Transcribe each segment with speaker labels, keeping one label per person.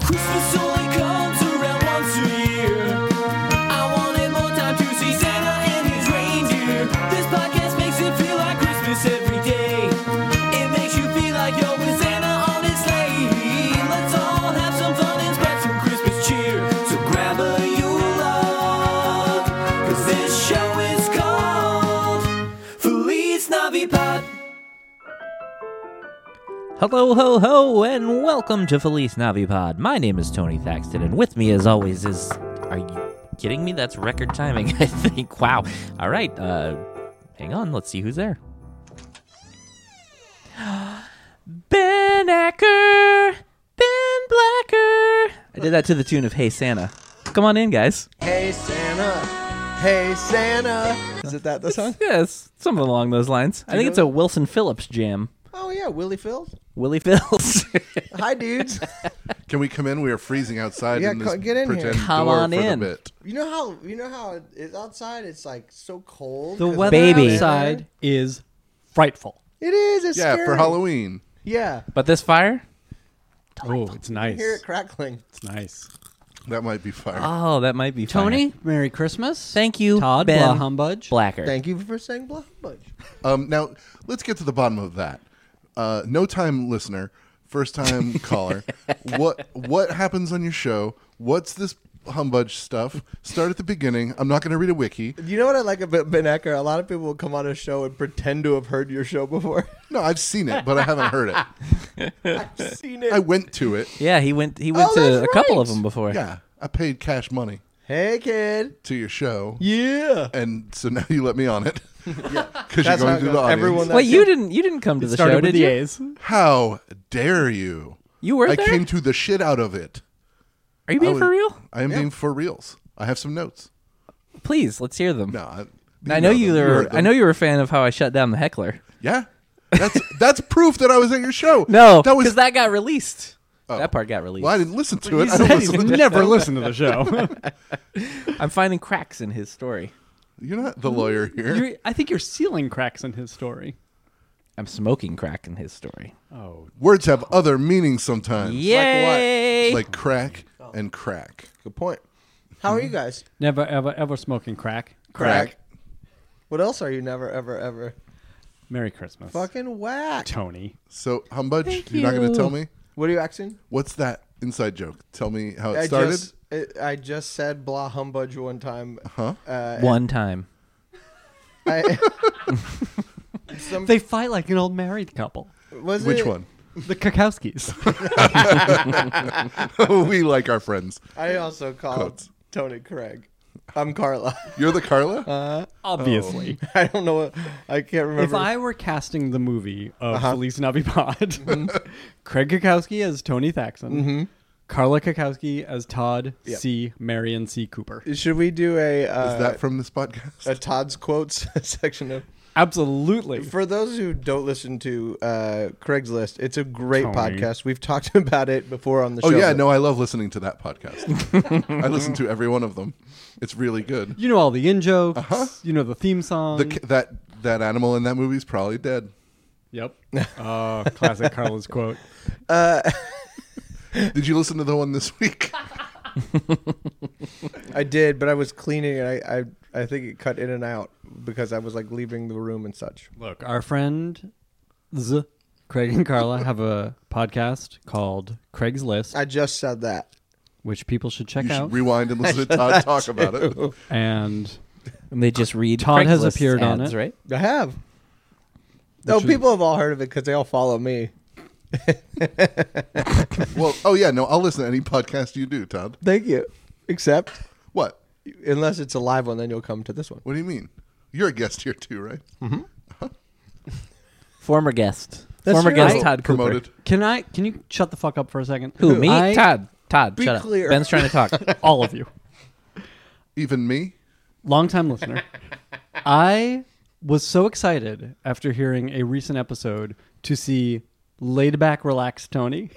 Speaker 1: Christmas only comes around once a year. I wanted more time to see Santa and his reindeer. This podcast makes it feel like Christmas every day. It makes you feel like you're with Santa on his sleigh. Let's all have some fun and spread some Christmas cheer. So grab a Yule log, 'cause this show is called Feliz Navipod.
Speaker 2: Hello, ho, ho, and welcome to Felice Navipod. My name is Tony Thaxton, and with me, as always, is. Are you kidding me? That's record timing, I think. Wow. All right, uh, hang on. Let's see who's there. Ben Acker! Ben Blacker! I did that to the tune of Hey Santa. Come on in, guys.
Speaker 3: Hey Santa, hey Santa. Is it that the song?
Speaker 2: Yes, something along those lines. I think it's a Wilson Phillips jam.
Speaker 3: Oh yeah, Willie Phils.
Speaker 2: Willie Phillips.
Speaker 3: Hi dudes.
Speaker 4: Can we come in? We are freezing outside.
Speaker 3: Yeah,
Speaker 4: in
Speaker 3: co-
Speaker 4: this
Speaker 3: get in here.
Speaker 4: pretend
Speaker 2: Come
Speaker 4: door
Speaker 2: on
Speaker 4: for the
Speaker 2: in.
Speaker 4: bit.
Speaker 3: You know how you know how it- it's outside. It's like so cold.
Speaker 5: The
Speaker 3: 'cause
Speaker 5: weather
Speaker 2: Baby.
Speaker 5: outside is frightful.
Speaker 3: It is. It's
Speaker 4: Yeah, for
Speaker 3: scary.
Speaker 4: Halloween.
Speaker 3: Yeah,
Speaker 2: but this fire?
Speaker 5: Oh, it's nice.
Speaker 3: hear it crackling.
Speaker 5: It's nice.
Speaker 4: That might be fire.
Speaker 2: Oh, that might be fire.
Speaker 5: Tony, Merry Christmas.
Speaker 2: Thank you,
Speaker 5: Todd
Speaker 2: Ben
Speaker 5: Blah Humbudge.
Speaker 2: Blacker.
Speaker 3: Thank you for saying blah bunch.
Speaker 4: Um, now let's get to the bottom of that. Uh, no time listener, first time caller. What what happens on your show? What's this humbug stuff? Start at the beginning. I'm not going to read a wiki.
Speaker 3: You know what I like about Ben Ecker? A lot of people will come on a show and pretend to have heard your show before.
Speaker 4: No, I've seen it, but I haven't heard it.
Speaker 3: I've seen it.
Speaker 4: I went to it.
Speaker 2: Yeah, he went. He went
Speaker 3: Oh,
Speaker 2: to a
Speaker 3: that's
Speaker 2: couple
Speaker 3: right.
Speaker 2: of them before.
Speaker 4: Yeah, I paid cash money
Speaker 3: hey kid.
Speaker 4: to your show,
Speaker 3: Yeah.
Speaker 4: and so now you let me on it. yeah, because you're
Speaker 3: That's how it
Speaker 4: going
Speaker 3: goes.
Speaker 4: through the audience.
Speaker 3: Everyone that-
Speaker 2: Wait, you didn't. You didn't come to the
Speaker 5: Started
Speaker 2: show,
Speaker 5: with
Speaker 2: did
Speaker 5: the
Speaker 2: you?
Speaker 5: A's.
Speaker 4: How dare you?
Speaker 2: You were
Speaker 4: I
Speaker 2: there.
Speaker 4: came to the shit out of it.
Speaker 2: Are you being
Speaker 4: I
Speaker 2: for
Speaker 4: was-
Speaker 2: real?
Speaker 4: I am being for reals. I have some notes.
Speaker 2: Please, let's hear them.
Speaker 4: No, I,
Speaker 2: I know you
Speaker 4: them.
Speaker 2: were.
Speaker 4: heard
Speaker 2: I
Speaker 4: them.
Speaker 2: know you were a fan of how I shut down the heckler.
Speaker 4: Yeah, that's that's proof that I was at your show.
Speaker 2: No,
Speaker 4: that
Speaker 2: because
Speaker 4: was.
Speaker 2: that, got released. That part got released.
Speaker 4: well, I didn't listen to it.
Speaker 5: He
Speaker 4: I don't
Speaker 5: said he's
Speaker 4: listen to-
Speaker 5: never listened to the show.
Speaker 2: I'm finding cracks in his story.
Speaker 4: You're not the lawyer here.
Speaker 5: You're- I think you're sealing cracks in his story.
Speaker 2: I'm smoking crack in his story.
Speaker 5: Oh,
Speaker 4: Words have other meanings sometimes.
Speaker 2: Yay!
Speaker 4: like crack and crack.
Speaker 3: Good point. How are you guys?
Speaker 5: never ever ever smoking crack.
Speaker 4: Crack.
Speaker 3: What else are you never ever ever
Speaker 5: Merry Christmas,
Speaker 3: fucking whack?
Speaker 5: Tony.
Speaker 4: So humbug, you're
Speaker 2: Thank
Speaker 4: not going
Speaker 2: you.
Speaker 4: to tell me
Speaker 3: What are you acting?
Speaker 4: what's that inside joke? Tell me how it
Speaker 3: I
Speaker 4: started.
Speaker 3: Just, it, I just said blah humbug one time.
Speaker 4: Huh?
Speaker 3: Uh,
Speaker 2: One time.
Speaker 3: I, some,
Speaker 5: They fight like an old married couple.
Speaker 3: was
Speaker 4: Which
Speaker 3: it-
Speaker 4: one?
Speaker 5: The Kakowskis.
Speaker 4: we like our friends.
Speaker 3: I also called
Speaker 4: Quotes.
Speaker 3: Tony Craig. I'm Carla.
Speaker 4: You're the Carla.
Speaker 3: Uh,
Speaker 5: Oh. Obviously.
Speaker 3: I don't know. What, I can't remember.
Speaker 5: If I were casting the movie of Felice Navipod, Craig Kakowski as Tony Thaxton, Carla Kakowski as Todd C. Marion C. Cooper.
Speaker 3: should we do a uh,
Speaker 4: Is that from this podcast?
Speaker 3: a Todd's quotes section of?
Speaker 5: Absolutely.
Speaker 3: For those who don't listen to uh, Craigslist, it's a great
Speaker 5: Tony.
Speaker 3: podcast. We've talked about it before on the
Speaker 4: Oh
Speaker 3: show.
Speaker 4: yeah,
Speaker 3: but-
Speaker 4: no, I love listening to that podcast. I listen to every one of them. It's really good.
Speaker 5: You know all the in jokes. You know the theme song.
Speaker 4: The, ca- that that animal in that movie is probably dead.
Speaker 5: yep. Uh, classic Carla's quote.
Speaker 4: Did you listen to the one this week?
Speaker 3: I did, but I was cleaning and I, I I think it cut in and out because I was like leaving the room and such.
Speaker 5: Look, our friend Z, Craig and Carla have a podcast called Craig's List,
Speaker 3: I just said that.
Speaker 5: which people should check
Speaker 4: You
Speaker 5: out.
Speaker 4: should rewind and listen to Todd talk about it.
Speaker 5: and
Speaker 2: And they just read.
Speaker 5: Todd has
Speaker 2: Craigslist
Speaker 5: appeared on
Speaker 2: ads,
Speaker 5: it.
Speaker 2: right?
Speaker 3: I have. No,
Speaker 5: is-
Speaker 3: people have all heard of it because they all follow me.
Speaker 4: Well, oh yeah, no, I'll listen to any podcast you do, Todd.
Speaker 3: Thank you. Except
Speaker 4: What?
Speaker 3: unless it's a live one, then you'll come to this one.
Speaker 4: What do you mean? You're a guest here too, right?
Speaker 2: Former guest.
Speaker 3: That's
Speaker 2: Former
Speaker 3: true.
Speaker 2: guest
Speaker 3: I-
Speaker 2: Todd Cooper.
Speaker 4: Promoted.
Speaker 5: can I? Can you shut the fuck up for a second?
Speaker 2: Who me?
Speaker 5: I-
Speaker 2: Todd. Todd.
Speaker 3: Be
Speaker 2: shut
Speaker 3: clear.
Speaker 2: up. Ben's trying to talk.
Speaker 5: All of you.
Speaker 4: Even me?
Speaker 5: longtime listener. I was so excited after hearing a recent episode to see laid back, relaxed Tony,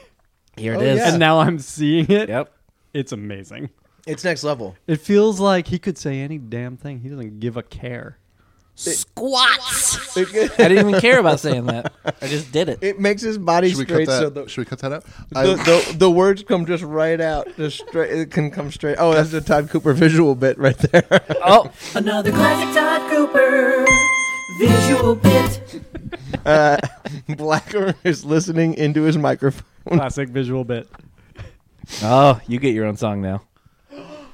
Speaker 2: Here it
Speaker 3: Oh,
Speaker 2: is.
Speaker 3: yeah.
Speaker 5: and now I'm seeing it.
Speaker 2: Yep.
Speaker 5: It's amazing.
Speaker 3: It's next level.
Speaker 5: It feels like he could say any damn thing. He doesn't give a care.
Speaker 2: Squats. I
Speaker 3: It,
Speaker 2: didn't even care about saying that. I just did it.
Speaker 3: it makes his body
Speaker 4: Should we cut
Speaker 3: straight,
Speaker 4: that?
Speaker 3: so the,
Speaker 4: Should we cut that out?
Speaker 3: the, the the words come just right out, just straight. It can come straight. Oh, that's the Todd Cooper visual bit right there.
Speaker 2: Oh,
Speaker 1: Another classic Todd Cooper visual bit.
Speaker 3: Uh, Blacker is listening into his microphone.
Speaker 5: Classic visual bit.
Speaker 2: oh, you get your own song now.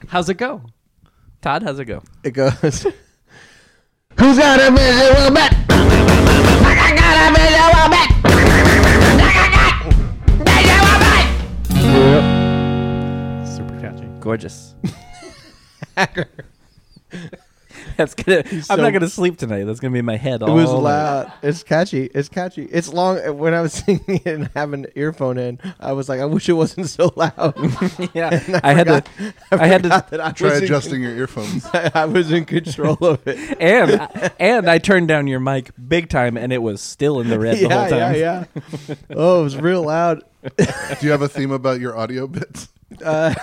Speaker 5: How's it go?
Speaker 2: Todd, how's it go?
Speaker 3: It goes.
Speaker 6: Who's got a visual bet? I got a visual bet. Visual bet.
Speaker 5: Super catchy.
Speaker 2: Gorgeous. That's gonna. I'm
Speaker 3: so-
Speaker 2: not gonna sleep tonight. That's gonna be in my head.
Speaker 3: It
Speaker 2: All
Speaker 3: was
Speaker 2: night.
Speaker 3: loud. It's catchy. It's catchy. It's long. When I was singing it and having an earphone in, I was like, I wish it wasn't so loud.
Speaker 2: Yeah, I, had to. I, had to,
Speaker 3: that I
Speaker 4: Try
Speaker 3: was in-
Speaker 4: adjusting your earphones.
Speaker 3: I was in control of it.
Speaker 2: and and I turned down your mic big time, and it was still in the red the whole
Speaker 3: yeah,
Speaker 2: time.
Speaker 3: yeah, yeah. Oh, it was real loud.
Speaker 4: Do you have a theme about your audio bits?
Speaker 3: Uh,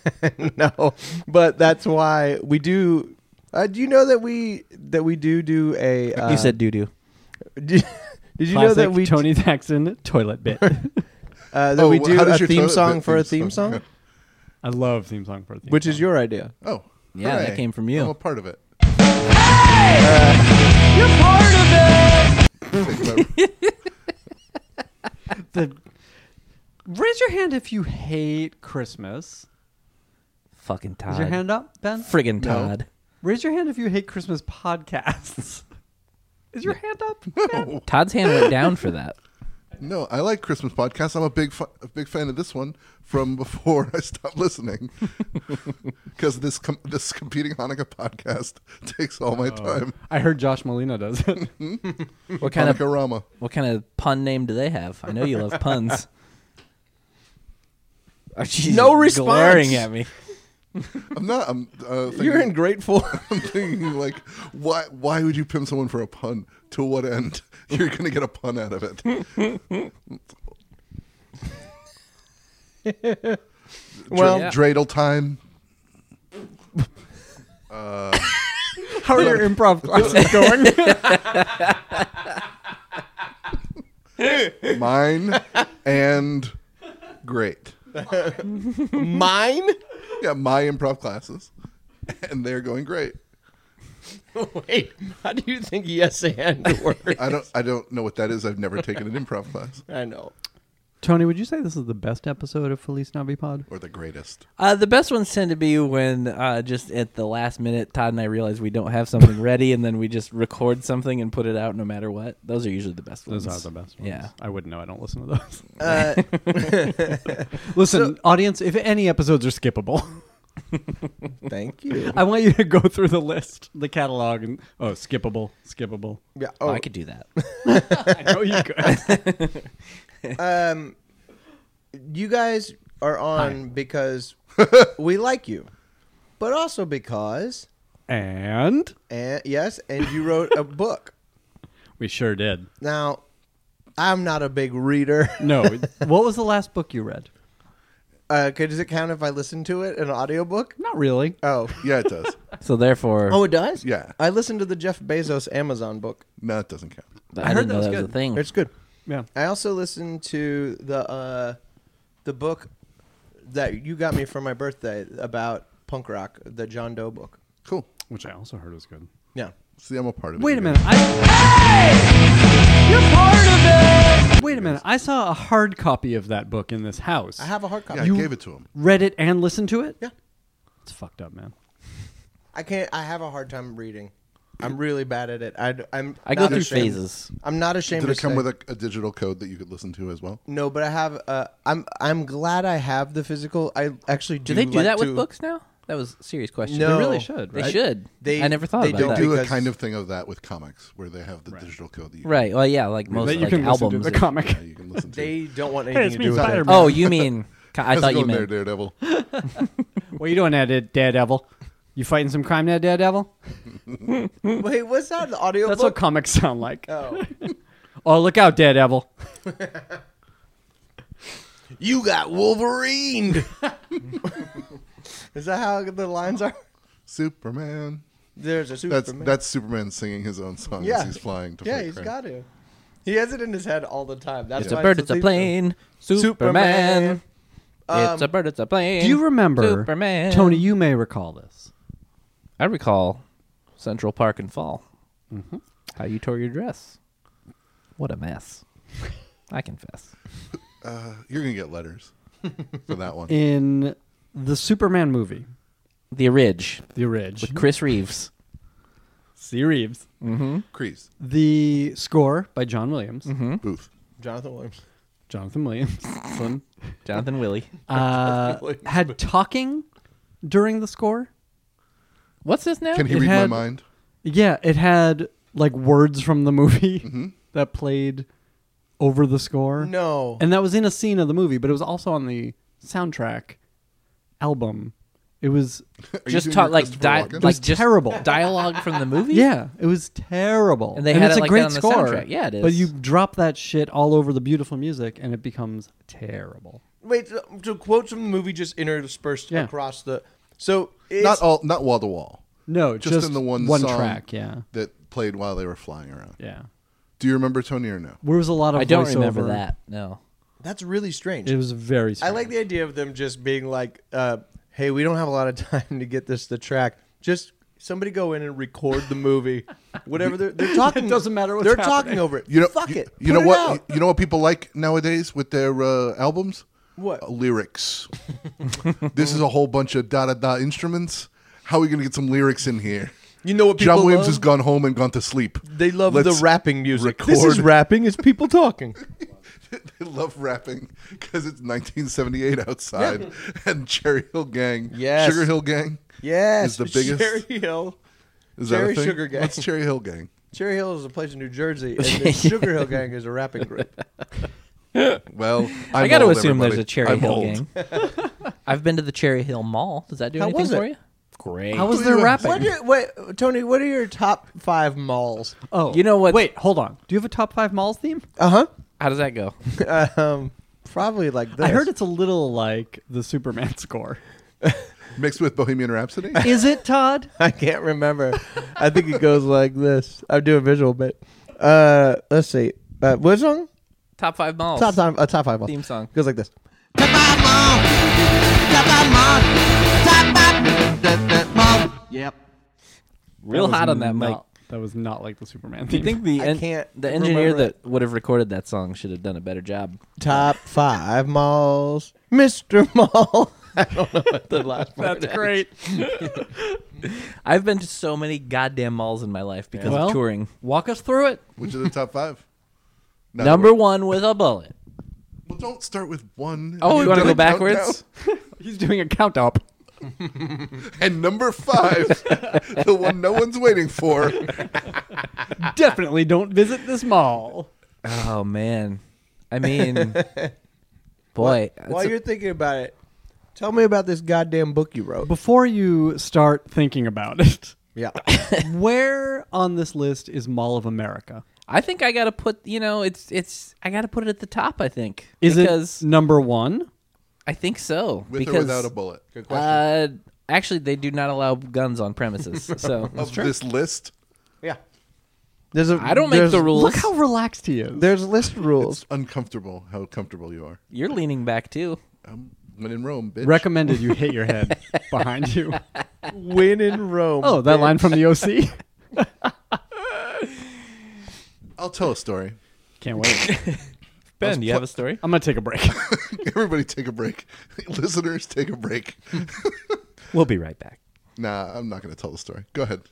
Speaker 3: no, but that's why we do. Uh, do you know that we that we do do a? Uh,
Speaker 2: You said doo doo.
Speaker 3: Did, did you know
Speaker 5: Classic
Speaker 3: that we
Speaker 5: Tony Saxon toilet bit.
Speaker 3: uh, that
Speaker 4: Oh,
Speaker 3: we
Speaker 4: wh-
Speaker 3: do
Speaker 4: how does
Speaker 3: a
Speaker 4: your
Speaker 3: theme
Speaker 4: toilet
Speaker 3: song
Speaker 4: bit
Speaker 3: for a
Speaker 4: theme
Speaker 3: theme
Speaker 4: song?
Speaker 3: song,
Speaker 5: I love theme song for a theme
Speaker 3: which
Speaker 5: song.
Speaker 3: is your idea?
Speaker 4: Oh,
Speaker 2: Yeah, that came from you.
Speaker 4: I'm a part of it. Hey, you're part of it.
Speaker 5: the raise your hand if you hate Christmas.
Speaker 2: Fucking Todd.
Speaker 5: Is your hand up, Ben?
Speaker 2: Friggin' Todd.
Speaker 5: Raise your hand if you hate Christmas podcasts. Is your hand up? Ben?
Speaker 2: Todd's hand went down for that.
Speaker 4: No, I like Christmas podcasts. I'm a big fu- a big fan of this one from before I stopped listening because this com- this competing Hanukkah podcast takes all my
Speaker 3: Oh.
Speaker 4: time.
Speaker 5: I heard Josh Molina does it.
Speaker 2: What kind
Speaker 4: Hanukkah
Speaker 2: of
Speaker 4: Rama.
Speaker 2: what kind of pun name do they have? I know you love puns. Oh, she's
Speaker 3: No response.
Speaker 2: Glaring at me.
Speaker 4: I'm not. I'm. Uh, thinking,
Speaker 3: You're in great form.
Speaker 4: I'm thinking like, why? Why would you pimp someone for a pun? To what end? You're gonna get a pun out of it.
Speaker 3: well,
Speaker 2: Yeah.
Speaker 4: Dreidel time.
Speaker 5: How are your improv classes going?
Speaker 4: mine and great.
Speaker 3: mine.
Speaker 4: Yeah, my improv classes, and they're going great.
Speaker 3: Wait, how do you think yes and works?
Speaker 4: I don't, I don't know what that is. I've never taken an improv class
Speaker 3: I know.
Speaker 5: Tony, would you say this is the best episode of Felice Navi Pod?
Speaker 4: or the greatest.
Speaker 2: Uh, the best ones tend to be when uh, just at the last minute, Todd and I realize we don't have something ready, and then we just record something and put it out no matter what. Those are usually the best ones.
Speaker 5: Those are the best ones.
Speaker 2: Yeah.
Speaker 5: I wouldn't know. I don't listen to those.
Speaker 3: Uh,
Speaker 5: Listen, audience, if any episodes are skippable,
Speaker 3: thank you.
Speaker 5: I want you to go through the list, the catalog, and oh, skippable, skippable.
Speaker 3: Yeah.
Speaker 2: Oh,
Speaker 3: Oh,
Speaker 2: I could do that.
Speaker 5: I know you could.
Speaker 3: um, you guys are on because we like you, but also because
Speaker 5: and
Speaker 3: and yes, and you wrote a book.
Speaker 5: we sure did.
Speaker 3: Now, I'm not a big reader.
Speaker 5: No, what was the last book you read?
Speaker 3: Uh, could, does it count if I listen to it in an audiobook?
Speaker 5: Not really.
Speaker 3: Oh.
Speaker 4: Yeah, it does.
Speaker 2: So therefore,
Speaker 3: Oh, it does?
Speaker 4: Yeah.
Speaker 3: I listened to the Jeff Bezos Amazon book.
Speaker 4: no, it doesn't count.
Speaker 2: I,
Speaker 5: heard
Speaker 2: didn't
Speaker 5: that
Speaker 2: know
Speaker 5: was
Speaker 2: that was a
Speaker 5: good.
Speaker 2: thing.
Speaker 3: It's good.
Speaker 5: Yeah.
Speaker 3: I also listened to the uh, the book that you got me for my birthday about punk rock, the John Doe book.
Speaker 4: Cool.
Speaker 5: Which I also heard was good.
Speaker 3: Yeah.
Speaker 4: See, I'm a part of it.
Speaker 5: Wait a
Speaker 4: again.
Speaker 5: minute. I, hey! You're part of it! Wait a minute. I saw a hard copy of that book in this house.
Speaker 3: I have a hard copy.
Speaker 4: Yeah, I gave it to him.
Speaker 5: read it and listened to it?
Speaker 3: Yeah.
Speaker 5: It's fucked up, man.
Speaker 3: I can't. I have a hard time reading. I'm really bad at it. I, am
Speaker 2: I go through phases.
Speaker 3: I'm not ashamed.
Speaker 4: Did
Speaker 3: to
Speaker 4: it come
Speaker 3: say-
Speaker 4: with a, a digital code that you could listen to as well?
Speaker 3: No, but I have. Uh, I'm. I'm glad I have the physical. I actually do.
Speaker 2: Do they do
Speaker 3: like
Speaker 2: that with
Speaker 3: to-
Speaker 2: books now? That was a serious question.
Speaker 3: No,
Speaker 5: really should,
Speaker 2: They
Speaker 5: right?
Speaker 2: should.
Speaker 3: They-
Speaker 2: I never thought
Speaker 3: they
Speaker 2: about
Speaker 4: They
Speaker 3: don't
Speaker 2: that.
Speaker 4: do a
Speaker 3: because-
Speaker 4: kind of thing of that with comics, where they have the digital code that you,
Speaker 2: Right. Well, yeah, like most
Speaker 5: that you
Speaker 2: like
Speaker 5: can
Speaker 2: albums.
Speaker 5: listen to the
Speaker 2: are-
Speaker 5: comic.
Speaker 4: yeah, you can listen to.
Speaker 3: They don't want
Speaker 5: it's
Speaker 3: anything
Speaker 5: me,
Speaker 3: to do with it.
Speaker 5: Spider-Man.
Speaker 2: Oh, you mean? I
Speaker 4: How's it
Speaker 2: thought you
Speaker 4: going there,
Speaker 2: meant.
Speaker 4: Daredevil?
Speaker 5: What you doing, Ed- Daredevil? You fighting some crime now, Daredevil?
Speaker 3: Wait, what's that? The audio
Speaker 5: That's what
Speaker 3: book?
Speaker 5: comics sound like.
Speaker 3: oh.
Speaker 5: Oh, look out, Daredevil.
Speaker 3: You got Wolverine. Is that how the lines are?
Speaker 4: Superman.
Speaker 3: There's a Superman.
Speaker 4: That's that's Superman singing his own song
Speaker 3: Yeah.
Speaker 4: as he's flying to
Speaker 3: yeah,
Speaker 4: fight
Speaker 3: he's
Speaker 4: crime.
Speaker 3: got to. He has it in his head all the time. That's
Speaker 2: It's a
Speaker 3: why
Speaker 2: bird, it's a
Speaker 3: theme
Speaker 2: plane. uh, Superman.
Speaker 3: Superman.
Speaker 2: it's a bird, it's a plane.
Speaker 5: Do you remember,
Speaker 2: Superman.
Speaker 5: Tony? You may recall this.
Speaker 2: I recall Central Park and Fall. How you tore your dress. What a mess. I confess.
Speaker 4: You're gonna get letters for that one.
Speaker 5: In the Superman movie,
Speaker 2: The Ridge
Speaker 5: the Ridge,
Speaker 2: with Chris Reeves.
Speaker 5: C. Reeves,
Speaker 4: Crease.
Speaker 5: the score by John Williams,
Speaker 4: Booth.
Speaker 3: Film. Jonathan Williams.
Speaker 5: Jonathan Williams,
Speaker 2: Jonathan Willie.
Speaker 5: uh, had talking during the score.
Speaker 2: What's this now?
Speaker 4: Can he
Speaker 5: It
Speaker 4: read
Speaker 5: had-
Speaker 4: my mind?
Speaker 5: Yeah, it had like words from the movie
Speaker 4: Mm-hmm.
Speaker 5: that played over the score.
Speaker 3: No.
Speaker 5: And that was in a scene of the movie, but it was also on the soundtrack album. It was
Speaker 4: Are you
Speaker 2: just
Speaker 4: doing
Speaker 2: talk
Speaker 4: your
Speaker 2: like
Speaker 4: Christopher
Speaker 2: di-
Speaker 4: Walken?
Speaker 2: like
Speaker 5: It's
Speaker 2: just
Speaker 5: terrible.
Speaker 2: dialogue from the movie.
Speaker 5: yeah, it was terrible.
Speaker 2: And they had
Speaker 5: it's
Speaker 2: it
Speaker 5: a
Speaker 2: like that
Speaker 5: great
Speaker 2: on the
Speaker 5: score.
Speaker 2: soundtrack. Yeah, it
Speaker 5: But
Speaker 2: is.
Speaker 5: you drop that shit all over the beautiful music, and it becomes terrible.
Speaker 3: Wait, so, so quotes from the movie just interspersed
Speaker 5: Yeah.
Speaker 3: across the. So it's,
Speaker 4: not all not wall to wall.
Speaker 5: No,
Speaker 4: Just, in the one
Speaker 5: one
Speaker 4: song
Speaker 5: track. Yeah,
Speaker 4: that played while they were flying around.
Speaker 5: yeah.
Speaker 4: Do you remember Tony or no?
Speaker 5: There was a lot of.
Speaker 2: I don't
Speaker 5: voiceover.
Speaker 2: remember that. No.
Speaker 3: That's really strange.
Speaker 5: It was very.
Speaker 3: I
Speaker 5: Strange.
Speaker 3: like the idea of them just being like, uh, "Hey, we don't have a lot of time to get this to track. Just somebody go in and record the movie, whatever they're, they're talking.
Speaker 5: doesn't matter what's
Speaker 3: they're
Speaker 5: happening.
Speaker 3: talking over it.
Speaker 4: You know,
Speaker 3: fuck
Speaker 4: you,
Speaker 3: it.
Speaker 4: You
Speaker 3: Put
Speaker 4: know
Speaker 3: it
Speaker 4: what?
Speaker 3: out.
Speaker 4: You know what people like nowadays with their uh, albums?
Speaker 3: What?
Speaker 4: Uh, lyrics? this is a whole bunch of da da da instruments. How are we going to get some lyrics in here?
Speaker 3: You know what people
Speaker 4: John Williams
Speaker 3: love?
Speaker 4: has gone home and gone to sleep.
Speaker 3: They love
Speaker 4: Let's
Speaker 3: the rapping music. This is
Speaker 4: record.
Speaker 3: rapping. It's people talking.
Speaker 4: they love rapping because it's 1978 outside, and Cherry Hill Gang,
Speaker 3: Yes.
Speaker 4: Sugar Hill Gang,
Speaker 3: Yes,
Speaker 4: is the biggest.
Speaker 3: Cherry Hill.
Speaker 4: is that
Speaker 3: Cherry
Speaker 4: a thing?
Speaker 3: Sugar Gang.
Speaker 4: What's Cherry Hill Gang?
Speaker 3: Cherry Hill is a place in New Jersey, and the Sugar Hill Gang is a rapping group.
Speaker 4: Well, I'm
Speaker 2: i got to
Speaker 4: old,
Speaker 2: assume
Speaker 4: everybody.
Speaker 2: there's a Cherry
Speaker 4: I'm
Speaker 2: Hill
Speaker 4: old.
Speaker 2: gang. I've been to the Cherry Hill Mall. Does that do
Speaker 3: How
Speaker 2: anything
Speaker 3: was
Speaker 2: for
Speaker 3: it?
Speaker 2: you? Great.
Speaker 5: How was their rapping?
Speaker 3: What, are, what, Tony? What are your top five malls?
Speaker 5: Oh,
Speaker 2: You know what-
Speaker 5: Wait, hold on. Do you have a top five malls theme?
Speaker 3: Uh
Speaker 2: How does that go?
Speaker 3: huh. um, probably like this.
Speaker 5: I heard it's a little like the Superman score.
Speaker 4: mixed with Bohemian Rhapsody.
Speaker 5: Is it Todd?
Speaker 3: I can't remember. I think it goes like this. I'm doing visual, but uh, let's see. Uh, what song?
Speaker 2: Top five malls.
Speaker 3: Top time. Uh, top five.
Speaker 2: Theme song.
Speaker 3: goes like this.
Speaker 2: Real
Speaker 5: That was
Speaker 2: hot on that mic.
Speaker 5: not- That was not like the Superman
Speaker 2: Do
Speaker 5: theme.
Speaker 2: you think the
Speaker 3: I
Speaker 2: en-
Speaker 3: can't
Speaker 2: the engineer
Speaker 3: remember
Speaker 2: that would have recorded that song should have done a better job?
Speaker 3: Top five malls, Mr. Mall. I don't know what the last one.
Speaker 2: That's great. I've been to so many goddamn malls in my life because
Speaker 5: Well,
Speaker 2: of touring.
Speaker 5: walk us through it?
Speaker 4: Which are the top five? Not
Speaker 2: Number
Speaker 4: the-
Speaker 2: one with a bullet.
Speaker 4: Well, don't start with one.
Speaker 2: Oh,
Speaker 4: You've
Speaker 2: you want to
Speaker 4: done
Speaker 2: go
Speaker 4: a countdown.
Speaker 2: backwards?
Speaker 5: He's doing a count up.
Speaker 4: And number five, the one no one's waiting for.
Speaker 5: Definitely don't visit this mall.
Speaker 2: Oh man, I mean, boy,
Speaker 3: While
Speaker 2: it's a-
Speaker 3: you're thinking about it, tell me about this goddamn book you wrote.
Speaker 5: Before you start thinking about it,
Speaker 3: Yeah.
Speaker 5: where on this list is Mall of America?
Speaker 2: I think I gotta put you know it's it's I gotta put it at the top. I think
Speaker 5: Is
Speaker 2: because
Speaker 5: it number one?
Speaker 2: I think so
Speaker 4: With
Speaker 2: because
Speaker 4: or without a bullet?
Speaker 3: Good question.
Speaker 2: uh, actually they do not allow guns on premises. So
Speaker 4: Of this list,
Speaker 3: yeah. There's a.
Speaker 2: I don't make
Speaker 3: there's-
Speaker 2: the rules.
Speaker 5: Look how relaxed he is.
Speaker 3: There's list rules.
Speaker 4: it's uncomfortable how comfortable you are.
Speaker 2: you're leaning back too.
Speaker 4: Um, when in Rome, bitch.
Speaker 5: Recommended you hit your head behind you.
Speaker 3: Win in Rome.
Speaker 5: Oh, that line from the OC.
Speaker 4: I'll tell a story.
Speaker 5: Can't wait.
Speaker 2: Ben, do you have a story?
Speaker 5: I'm gonna take a break.
Speaker 4: Everybody take a break. Listeners, take a break.
Speaker 2: We'll be right back.
Speaker 4: nah, I'm not going to tell the story. Go ahead.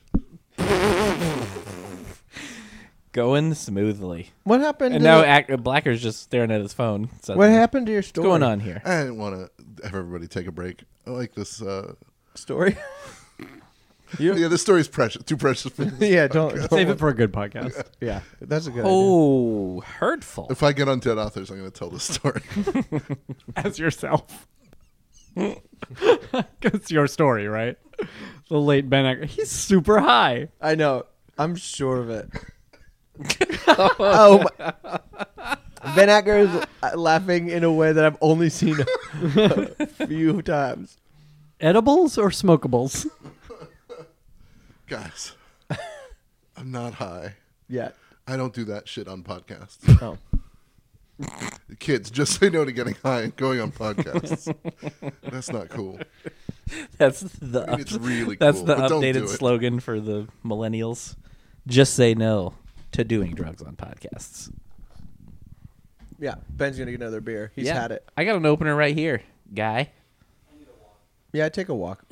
Speaker 2: Going smoothly.
Speaker 3: What happened?
Speaker 2: And
Speaker 3: to
Speaker 2: now
Speaker 3: the-
Speaker 2: Ac- Blacker's just staring at his phone.
Speaker 3: what
Speaker 2: suddenly.
Speaker 3: happened to your story?
Speaker 2: What's going on here?
Speaker 4: I didn't want to have everybody take a break. I like this. Uh,
Speaker 3: Story.
Speaker 4: yeah, this story's precious. Too precious for this.
Speaker 3: yeah. Don't.
Speaker 5: Save
Speaker 3: don't-
Speaker 5: it for a good podcast.
Speaker 3: Yeah. That's a good. idea.
Speaker 2: Oh, hurtful.
Speaker 4: If I get on Dead Authors, I'm going to tell this story.
Speaker 5: As yourself. it's your story, right? The late Ben Acker. He's super high.
Speaker 3: I know. I'm sure of it. oh, my. Ben Acker is uh, laughing in a way that I've only seen a few times.
Speaker 5: Edibles or smokables?
Speaker 4: guys, I'm not high.
Speaker 3: Yeah.
Speaker 4: I don't do that shit on podcasts.
Speaker 3: Oh.
Speaker 4: Kids, just say no to getting high and going on podcasts. That's not cool.
Speaker 2: That's the
Speaker 4: mean, it's
Speaker 2: up-
Speaker 4: really
Speaker 2: that's
Speaker 4: cool,
Speaker 2: the
Speaker 4: but don't do
Speaker 2: updated
Speaker 4: it.
Speaker 2: slogan for the millennials. Just say no to doing drugs on podcasts.
Speaker 3: Yeah. Ben's gonna get another beer. He's had it.
Speaker 2: I got an opener right here, guy.
Speaker 3: Yeah, take a walk.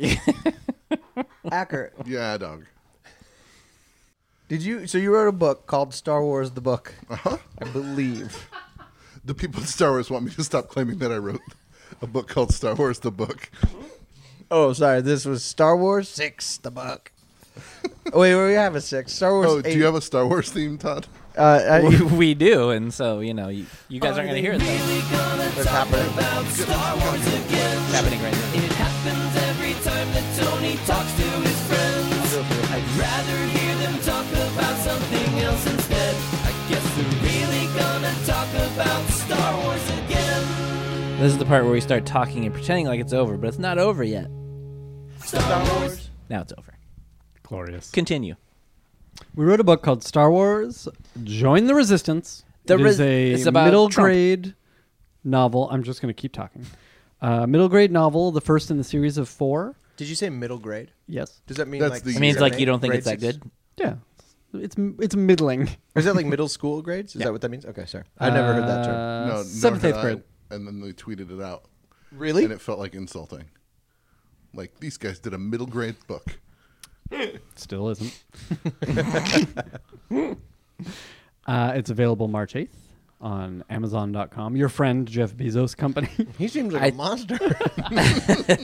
Speaker 3: Acker,
Speaker 4: Yeah, dog.
Speaker 3: did you? So you wrote a book called Star Wars: The Book, I believe.
Speaker 4: The people at Star Wars want me to stop claiming that I wrote a book called Star Wars the Book.
Speaker 3: Oh, sorry. This was Star Wars Six: The Book. Wait, we have a six. Star Wars.
Speaker 4: Oh,
Speaker 3: eight.
Speaker 4: do you have a Star Wars theme, Todd?
Speaker 3: Uh, uh,
Speaker 2: We, we do, and so you know, you, you
Speaker 4: Oh,
Speaker 2: guys aren't going to hear it. Though. It's
Speaker 3: what's happening?
Speaker 2: happening right now.
Speaker 1: It happens every time that Tony talks to his friends. I'd rather hear them talk about something else instead. I guess they're really gonna talk about Star Wars again.
Speaker 2: This is the part where we start talking and pretending like it's over, but it's not over yet.
Speaker 1: Star Wars.
Speaker 2: Now it's over.
Speaker 5: Glorious.
Speaker 2: Continue.
Speaker 5: We wrote a book called Star Wars: Join the Resistance.
Speaker 2: The
Speaker 5: it is
Speaker 2: res-
Speaker 5: a
Speaker 2: it's about
Speaker 5: middle
Speaker 2: Trump.
Speaker 5: grade novel. I'm just going to keep talking. Uh, middle grade novel, the first in the series of four.
Speaker 3: Did you say middle grade?
Speaker 5: Yes.
Speaker 3: Does that mean
Speaker 4: That's
Speaker 3: like?
Speaker 4: the-
Speaker 2: I mean, it's like
Speaker 3: seven,
Speaker 2: you don't think
Speaker 3: grade
Speaker 2: it's that
Speaker 3: six?
Speaker 2: good.
Speaker 5: Yeah. It's it's middling.
Speaker 3: Is that like middle school grades? Is that what that means? Okay, sorry. I never heard that term.
Speaker 5: Uh,
Speaker 4: no, nor
Speaker 5: seventh,
Speaker 4: had
Speaker 5: eighth
Speaker 4: I,
Speaker 5: grade.
Speaker 4: and then they tweeted it out,
Speaker 3: Really?
Speaker 4: and it felt like insulting. Like these guys did a middle grade book.
Speaker 5: Still isn't. uh, it's available March 8th on Amazon.com. Your friend Jeff Bezos' company.
Speaker 3: He seems like a monster.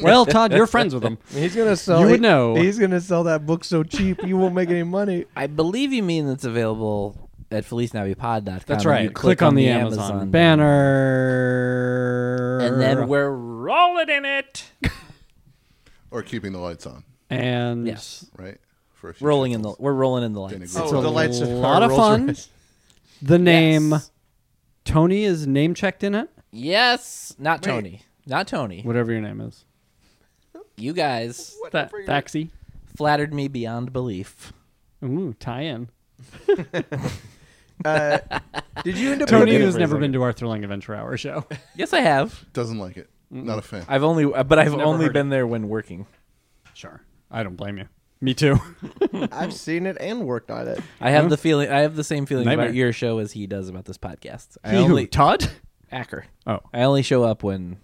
Speaker 5: well, Todd, you're friends with him.
Speaker 3: he's gonna sell.
Speaker 5: You would know.
Speaker 3: He's gonna sell that book so cheap, you won't make any money.
Speaker 2: I believe you mean it's available at FeliceNaviPod.com.
Speaker 5: That's
Speaker 2: and
Speaker 5: right.
Speaker 2: You
Speaker 5: click, on, the, Amazon, banner.
Speaker 2: and then we're rolling in it.
Speaker 4: Or keeping the lights on,
Speaker 5: and
Speaker 2: Yes.
Speaker 4: right? For a few
Speaker 2: Rolling in
Speaker 4: seconds.
Speaker 2: the. We're rolling in the lights.
Speaker 4: agree.
Speaker 5: it's
Speaker 4: Oh,
Speaker 5: a
Speaker 4: the
Speaker 3: lights are
Speaker 5: lot of
Speaker 3: Rolls
Speaker 5: fun.
Speaker 3: Royce.
Speaker 5: The name
Speaker 2: Yes.
Speaker 5: Tony is name checked in it.
Speaker 2: Yes, not Tony. Not Tony.
Speaker 5: Whatever your name is.
Speaker 2: You guys
Speaker 5: That taxi.
Speaker 2: flattered me beyond belief.
Speaker 5: Ooh, tie in.
Speaker 3: Uh, did you end up
Speaker 5: Tony,
Speaker 3: looking-
Speaker 5: who's never been to our Thrilling Adventure Hour show.
Speaker 2: Yes, I have.
Speaker 4: Doesn't like it. Not a fan.
Speaker 2: I've only, uh, but I've
Speaker 5: Never
Speaker 2: only
Speaker 5: heard
Speaker 2: been there when working.
Speaker 5: sure. I don't blame you. Me too.
Speaker 3: I've seen it and worked on it.
Speaker 2: I have the feeling. I have the same feeling
Speaker 5: Nightmare.
Speaker 2: about your show as he does about this podcast. I
Speaker 5: He who,
Speaker 2: only
Speaker 5: Todd?
Speaker 2: Acker.
Speaker 5: Oh.
Speaker 2: I only show up when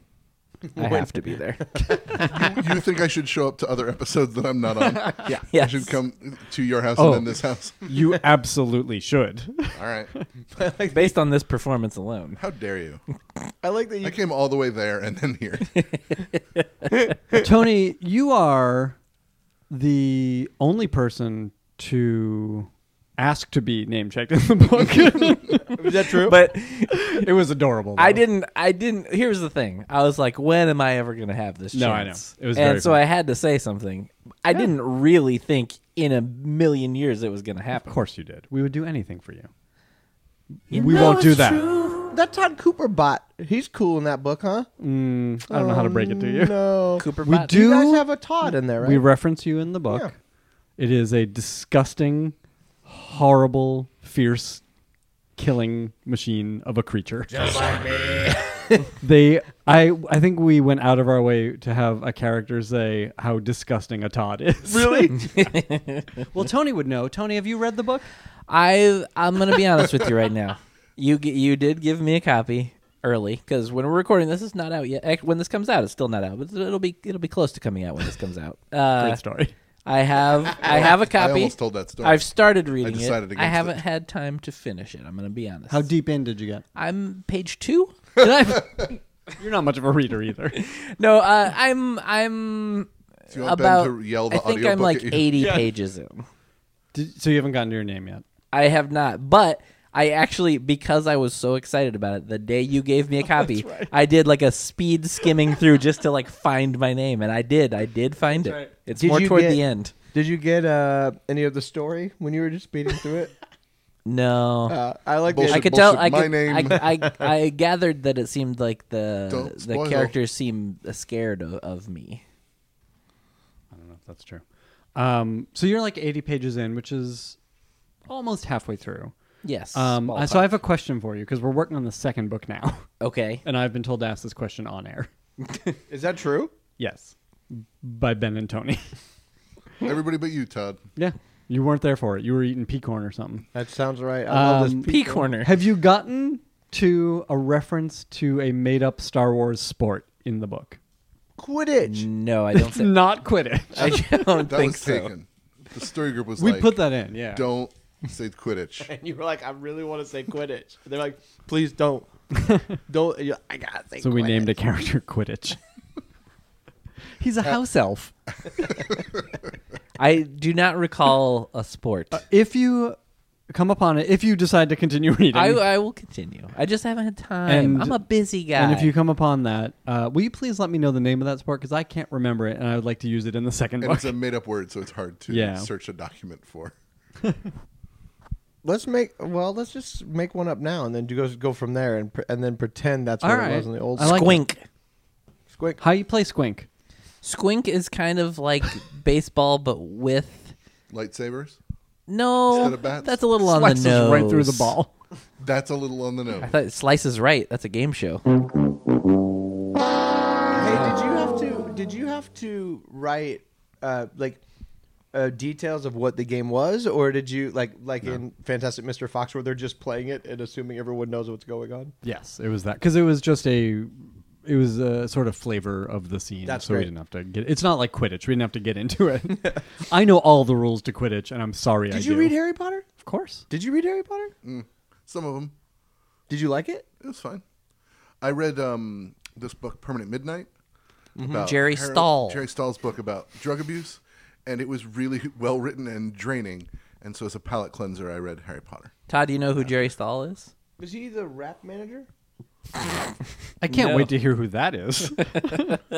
Speaker 2: I have to be there.
Speaker 4: you think I should show up to other episodes that I'm not on? yeah. I
Speaker 2: Yes.
Speaker 4: should come to your house and
Speaker 5: Oh.
Speaker 4: then this house.
Speaker 5: You absolutely should.
Speaker 4: All right.
Speaker 2: Based on this performance alone,
Speaker 4: How dare you?
Speaker 3: I like that you.
Speaker 4: I came all the way there and then here.
Speaker 5: Tony, you are the only person to ask to be name checked in the book.
Speaker 3: Is that true?
Speaker 2: but
Speaker 5: it was adorable.
Speaker 2: I
Speaker 5: though.
Speaker 2: didn't. I didn't. Here's the thing. I was like, when am I ever gonna have this?
Speaker 5: No, I
Speaker 2: chance?
Speaker 5: know. It was
Speaker 2: and
Speaker 5: very
Speaker 2: so
Speaker 5: fun.
Speaker 2: I had to say something. I didn't really think in a million years it was gonna happen.
Speaker 5: Of course you did. We would do anything for you.
Speaker 2: You
Speaker 5: we
Speaker 2: know
Speaker 5: won't do
Speaker 2: it's
Speaker 5: that.
Speaker 3: that Todd Cooper bot. He's cool in that book, huh? Um,
Speaker 5: Mm, I don't know how to break it to you.
Speaker 3: No.
Speaker 2: Cooper
Speaker 5: We
Speaker 2: Bot.
Speaker 5: do.
Speaker 3: You guys have a Todd in there, right?
Speaker 5: We reference you in the book.
Speaker 3: Yeah.
Speaker 5: It is a disgusting, horrible, fierce killing machine of a creature. Just like me. they I I think we went out of our way to have a character say how disgusting a Todd is. Really? well, Tony would know. Tony, have you read the book?
Speaker 2: I I'm gonna be honest with you right now. You g- you did give me a copy early because when we're recording this is not out yet. Act- When this comes out, it's still not out, but it'll be it'll be close to coming out when this comes out. Uh,
Speaker 5: Great story.
Speaker 2: I have I have a copy.
Speaker 4: almost told that story.
Speaker 2: I've started reading
Speaker 4: decided
Speaker 2: it. I
Speaker 4: against
Speaker 2: haven't
Speaker 4: it.
Speaker 2: had time to finish it. I'm gonna be honest.
Speaker 5: How deep in did you get?
Speaker 2: I'm page two. Did I-
Speaker 5: You're not much of a reader either.
Speaker 2: no, uh, I'm I'm
Speaker 4: If you want
Speaker 2: about.
Speaker 4: Ben to yell the
Speaker 2: I think
Speaker 4: audiobook
Speaker 2: I'm like
Speaker 4: at you.
Speaker 2: 80 pages in.
Speaker 5: Did, so you haven't gotten to your name yet.
Speaker 2: I have not, but I actually because I was so excited about it, the day you gave
Speaker 4: Oh,
Speaker 2: me a copy, I did like a speed skimming through just to like find my name, and I did. I did find it.
Speaker 5: right.
Speaker 2: It's
Speaker 3: Did
Speaker 2: more
Speaker 3: you
Speaker 2: toward
Speaker 3: get-
Speaker 2: the end.
Speaker 3: Did you get uh, any of the story when you were just beating through it?
Speaker 2: No,
Speaker 3: Uh, I like
Speaker 4: Bullshit.
Speaker 2: I
Speaker 3: the
Speaker 2: could tell. I,
Speaker 4: my
Speaker 2: could,
Speaker 4: name.
Speaker 2: I, I I gathered that it seemed like the
Speaker 4: Don't
Speaker 2: the
Speaker 4: spoil.
Speaker 2: characters seem scared of, of me.
Speaker 5: I don't know if that's true. Um, so you're like 80 pages in, which is almost halfway through.
Speaker 2: Yes.
Speaker 5: Um,
Speaker 2: ballpark.
Speaker 5: so I have a question for you because we're working on the second book now,
Speaker 2: okay.
Speaker 5: and I've been told to ask this question on air.
Speaker 3: Is that true?
Speaker 5: Yes, by Ben and Tony.
Speaker 4: Everybody but you, Todd.
Speaker 5: yeah, you weren't there for it. You were eating peacorn or something.
Speaker 3: That sounds right. I love
Speaker 5: Um,
Speaker 3: this.
Speaker 2: P corner.
Speaker 5: Have you gotten to a reference to a made-up Star Wars sport in the book?
Speaker 3: Quidditch.
Speaker 2: No, I don't. Think,
Speaker 5: Not Quidditch.
Speaker 2: I don't
Speaker 4: That
Speaker 2: think
Speaker 4: was
Speaker 2: so.
Speaker 4: taken. The story group was
Speaker 5: we
Speaker 4: like,
Speaker 5: put that in. Yeah.
Speaker 4: don't say Quidditch.
Speaker 3: And you were like, I really want to say Quidditch. And they're like, please don't. don't. And you're like, I gotta say.
Speaker 5: So we
Speaker 3: Quidditch."
Speaker 5: named a character Quidditch.
Speaker 2: He's a house elf. I do not recall a sport.
Speaker 5: if you come upon it, if you decide to continue reading,
Speaker 2: I, I will continue. I just haven't had time.
Speaker 5: And-
Speaker 2: I'm a busy guy.
Speaker 5: and if you come upon that, uh, will you please let me know the name of that sport because I can't remember it, and I would like to use it in the second
Speaker 4: And
Speaker 5: book.
Speaker 4: it's a made up word, so it's hard to
Speaker 5: Yeah.
Speaker 4: search a document for.
Speaker 3: Let's make. Well, let's just make one up now, and then do go go from there, and pre- and then pretend that's
Speaker 5: All
Speaker 3: what
Speaker 5: right.
Speaker 3: it was in the old
Speaker 5: I like
Speaker 2: Squink.
Speaker 3: squig.
Speaker 5: How you play Squink?
Speaker 2: Squink is kind of like baseball, but with
Speaker 4: Lightsabers?
Speaker 2: no.
Speaker 4: Instead of bats?
Speaker 2: That's a little on
Speaker 5: Slices
Speaker 2: the nose.
Speaker 5: right through the ball.
Speaker 4: That's a little on the nose.
Speaker 2: I thought slices right. That's a game show.
Speaker 3: Hey, did you have to? Did you have to write uh, like uh, details of what the game was, or did you like like in Fantastic Mr. Fox where they're just playing it and assuming everyone knows what's going on?
Speaker 5: Yes, it was that because it was just a. It was a sort of flavor of the scene,
Speaker 3: That's
Speaker 5: so we
Speaker 3: great.
Speaker 5: didn't have to get. It's not like Quidditch; we didn't have to get into it. I know all the rules to Quidditch, and I'm sorry. I
Speaker 3: Did you
Speaker 5: do.
Speaker 3: read Harry Potter?
Speaker 5: Of course.
Speaker 3: Did you read Harry Potter?
Speaker 4: Some of them.
Speaker 3: Did you like it?
Speaker 4: It was fine. I read um, this book, Permanent Midnight.
Speaker 5: Mm-hmm.
Speaker 4: about
Speaker 2: Jerry
Speaker 4: Harold-
Speaker 2: Stahl.
Speaker 4: Jerry Stahl's book about drug abuse, and it was really well written and draining. And so, as a palate cleanser, I read Harry Potter.
Speaker 2: Todd, do you know who Jerry Stahl is?
Speaker 3: Was he the rap manager?
Speaker 5: I can't
Speaker 2: No.
Speaker 5: wait to hear who that is.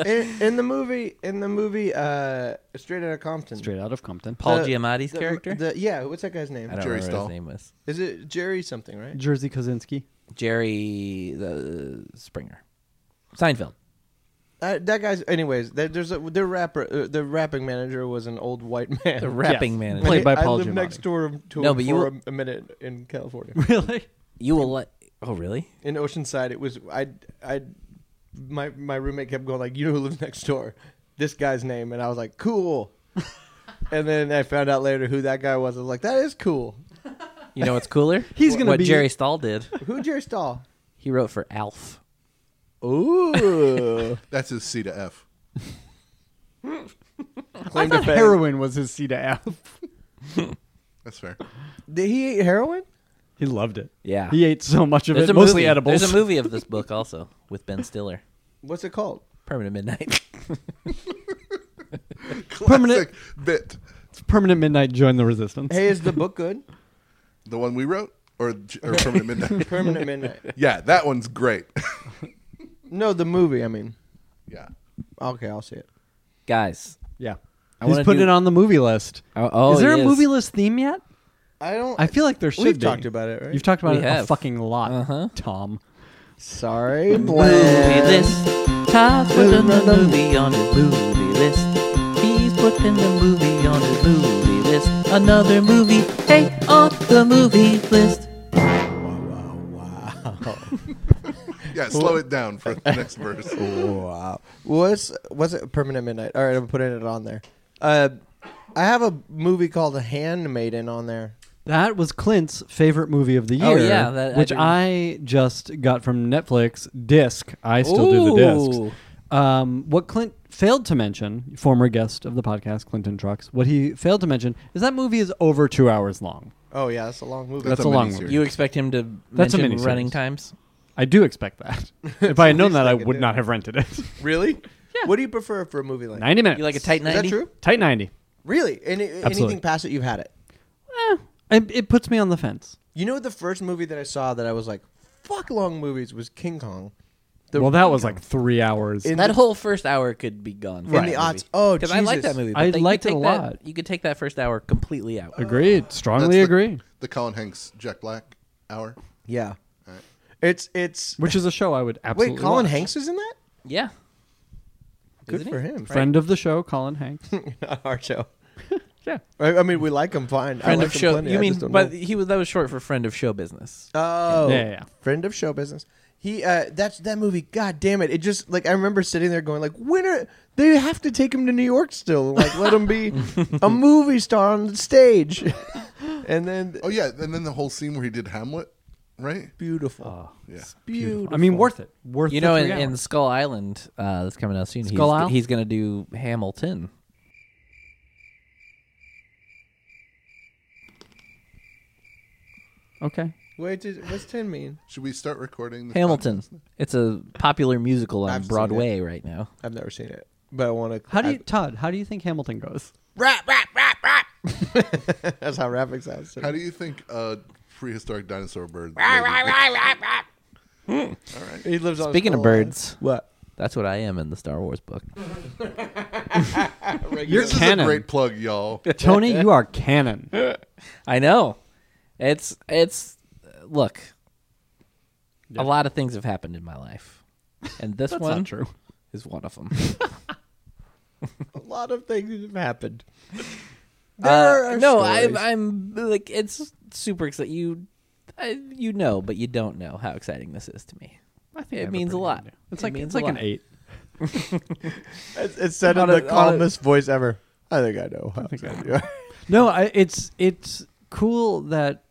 Speaker 3: in, in the movie, in the movie, uh, Straight Outta Compton.
Speaker 5: Straight out of Compton,
Speaker 2: Paul
Speaker 3: The-
Speaker 2: Giamatti's
Speaker 3: the-
Speaker 2: character.
Speaker 3: the- yeah, what's that guy's name?
Speaker 2: I don't
Speaker 4: Jerry
Speaker 2: remember
Speaker 4: Stahl.
Speaker 2: his name was
Speaker 3: Is it Jerry something? Right?
Speaker 5: Jersey Kozinski.
Speaker 2: Jerry the Springer, Seinfeld.
Speaker 3: Uh, that guy's. Anyways, there, there's a their rapper. Uh, the rapping manager was an old white man.
Speaker 2: The rapping
Speaker 5: Yes.
Speaker 2: manager.
Speaker 5: Played by
Speaker 3: I
Speaker 5: Paul
Speaker 3: lived
Speaker 5: Giamatti.
Speaker 3: next door to
Speaker 2: No,
Speaker 3: him
Speaker 2: but you
Speaker 3: for
Speaker 2: were-
Speaker 3: a, a minute in California.
Speaker 5: Really?
Speaker 2: You will let. Oh, really?
Speaker 3: in Oceanside, it was I. I my my roommate kept going like, "You know who lives next door? This guy's name," and I was like, "Cool." and then I found out later who that guy was. I was like, "That is cool."
Speaker 2: You know what's cooler?
Speaker 5: He's gonna
Speaker 2: what
Speaker 5: be-
Speaker 2: Jerry Stahl did.
Speaker 3: Who Jerry Stahl?
Speaker 2: He wrote for Alf.
Speaker 3: Ooh,
Speaker 4: That's his C to F.
Speaker 5: I
Speaker 3: claim to
Speaker 5: thought
Speaker 3: fame.
Speaker 5: heroin was his C to F.
Speaker 4: That's fair.
Speaker 3: Did he eat heroin?
Speaker 5: He loved it.
Speaker 2: Yeah.
Speaker 5: He ate so much of
Speaker 2: There's
Speaker 5: it,
Speaker 2: a
Speaker 5: mostly
Speaker 2: movie.
Speaker 5: edibles.
Speaker 2: There's a movie of this book also with Ben Stiller.
Speaker 3: What's it called?
Speaker 2: Permanent Midnight.
Speaker 5: Permanent-
Speaker 4: Classic bit.
Speaker 5: Permanent Midnight joined the resistance.
Speaker 3: Hey, is the book good?
Speaker 4: The one we wrote, or, J- or Permanent Midnight.
Speaker 3: Permanent Midnight.
Speaker 4: yeah, that one's great.
Speaker 3: No, the movie. I mean,
Speaker 4: yeah,
Speaker 3: okay, I'll see it.
Speaker 2: Guys.
Speaker 5: Yeah.
Speaker 2: I
Speaker 5: He's
Speaker 2: wanna
Speaker 5: putting
Speaker 2: do-
Speaker 5: it on the movie list.
Speaker 2: Oh, oh,
Speaker 5: is there
Speaker 2: he
Speaker 5: a
Speaker 2: is.
Speaker 5: movie list theme yet?
Speaker 3: I don't.
Speaker 5: I feel like there should
Speaker 3: We've
Speaker 5: be.
Speaker 3: talked about it, right?
Speaker 5: You've talked about
Speaker 2: We
Speaker 5: it a
Speaker 2: have.
Speaker 5: fucking lot,
Speaker 2: Uh-huh.
Speaker 5: Tom.
Speaker 3: Sorry,
Speaker 2: Movie
Speaker 3: Blaine.
Speaker 2: list. Todd's putting the movie on his movie list. He's putting the movie on his movie list. Another movie. Hey, on the movie list.
Speaker 4: yeah. Slow it down for the next verse.
Speaker 3: Wow. What's what's it? Permanent Midnight. All right, I'm putting it on there. Uh, I have a movie called The Handmaiden on there.
Speaker 5: That was Clint's favorite movie of the year,
Speaker 2: Oh, yeah, that- I
Speaker 5: which
Speaker 2: didn't-
Speaker 5: I, just got from Netflix disc. I still do the discs. Um, what Clint failed to mention, former guest of the podcast, Clinton Trucks, what he failed to mention is that movie is over two hours long.
Speaker 3: Oh yeah, that's a long movie.
Speaker 5: That's a long
Speaker 4: miniseries.
Speaker 5: one.
Speaker 2: You expect him to
Speaker 5: That's a
Speaker 2: mention
Speaker 5: miniseries.
Speaker 2: running times?
Speaker 5: I do expect that. If I had known that,
Speaker 3: I
Speaker 5: I
Speaker 3: could
Speaker 5: would
Speaker 3: do.
Speaker 5: not have rented it.
Speaker 3: really? Yeah. What do you prefer for a movie like?
Speaker 5: 90 minutes.
Speaker 2: You like a tight
Speaker 3: Is
Speaker 2: 90?
Speaker 3: that true?
Speaker 5: Tight 90.
Speaker 3: Really? Any, anything past it, you've had it.
Speaker 5: Eh, it, it puts me on the fence.
Speaker 3: You know, the first movie that I saw that I was like, "Fuck long movies" was King Kong. The-
Speaker 5: well, that was like three hours.
Speaker 3: In-
Speaker 2: That whole first hour could be gone.
Speaker 3: the odds- oh,
Speaker 2: because I like
Speaker 3: Jesus.
Speaker 2: that movie. but
Speaker 5: I
Speaker 2: they- you
Speaker 5: liked it
Speaker 2: take
Speaker 5: a
Speaker 2: that-
Speaker 5: lot.
Speaker 2: you could take that first hour completely out.
Speaker 5: Agreed. Strongly
Speaker 4: the-
Speaker 5: agree.
Speaker 4: The Colin Hanks Jack Black hour.
Speaker 3: yeah. It's it's.
Speaker 5: Which is a show I would absolutely
Speaker 3: Wait, Colin
Speaker 5: watch.
Speaker 3: Hanks is in that?
Speaker 2: Yeah.
Speaker 3: Good
Speaker 2: Isn't
Speaker 3: for
Speaker 2: he?
Speaker 3: him.
Speaker 5: friend of the show, Colin Hanks.
Speaker 3: Not our show.
Speaker 5: Yeah.
Speaker 3: I, I mean, we like them fine. I
Speaker 2: Friend
Speaker 3: like
Speaker 2: of
Speaker 3: 'em
Speaker 2: show.
Speaker 3: plenty.
Speaker 2: You
Speaker 3: I
Speaker 2: mean,
Speaker 3: just don't
Speaker 2: but
Speaker 3: know.
Speaker 2: he was that was short for friend of show business.
Speaker 3: oh,
Speaker 5: Yeah, yeah, yeah.
Speaker 3: friend of show business. He uh, that's that movie. God damn it! It just like I remember sitting there going like, when are they have to take him to New York still? Like let him be a movie star on the stage, and then
Speaker 4: Oh yeah, and then the whole scene where he did Hamlet, right?
Speaker 3: beautiful,
Speaker 4: Yeah.
Speaker 3: Oh, beautiful.
Speaker 5: Oh, I mean, worth it. Worth
Speaker 2: You
Speaker 5: the
Speaker 2: know,
Speaker 5: three
Speaker 2: in, in
Speaker 5: hours.
Speaker 2: Skull Island, uh, that's coming out soon.
Speaker 5: Oh, Skull
Speaker 2: he's,
Speaker 5: Isle?
Speaker 2: he's going to do Hamilton.
Speaker 5: okay.
Speaker 3: Wait, did, what's ten mean?
Speaker 4: Should we start recording? This
Speaker 2: Hamilton. It's a popular musical on
Speaker 3: I've seen
Speaker 2: Broadway right now.
Speaker 3: I've never seen it, but I want to.
Speaker 5: How do you, Todd? How do you think Hamilton goes?
Speaker 3: That's how rapping sounds.
Speaker 4: How do you think uh, prehistoric dinosaur bird?
Speaker 3: He lives on
Speaker 2: Speaking of
Speaker 3: Skull Island.
Speaker 2: birds,
Speaker 3: What?
Speaker 2: that's what I am in the Star Wars book.
Speaker 5: You're
Speaker 4: this is a great plug, y'all.
Speaker 5: Tony. You are canon.
Speaker 2: I know. It's it's look. A lot of things have happened in my life, and this
Speaker 5: That's
Speaker 2: one
Speaker 5: not true.
Speaker 2: is one of them.
Speaker 3: A lot of things have happened.
Speaker 2: Uh, no, I'm,
Speaker 3: stories.
Speaker 2: I'm like it's super exciting. You, I, you know, but you don't know how exciting this is to me. I think it
Speaker 5: have a
Speaker 2: means a
Speaker 5: pretty
Speaker 2: lot.
Speaker 5: good idea. It's
Speaker 2: It
Speaker 5: like
Speaker 2: means
Speaker 5: it's
Speaker 2: a
Speaker 5: like an
Speaker 2: lot.
Speaker 5: eight.
Speaker 3: It's, it's said in
Speaker 2: On a-
Speaker 3: the
Speaker 2: on a-
Speaker 3: calmest voice ever. I think I know. How excited you are.
Speaker 5: No, I, it's it's cool that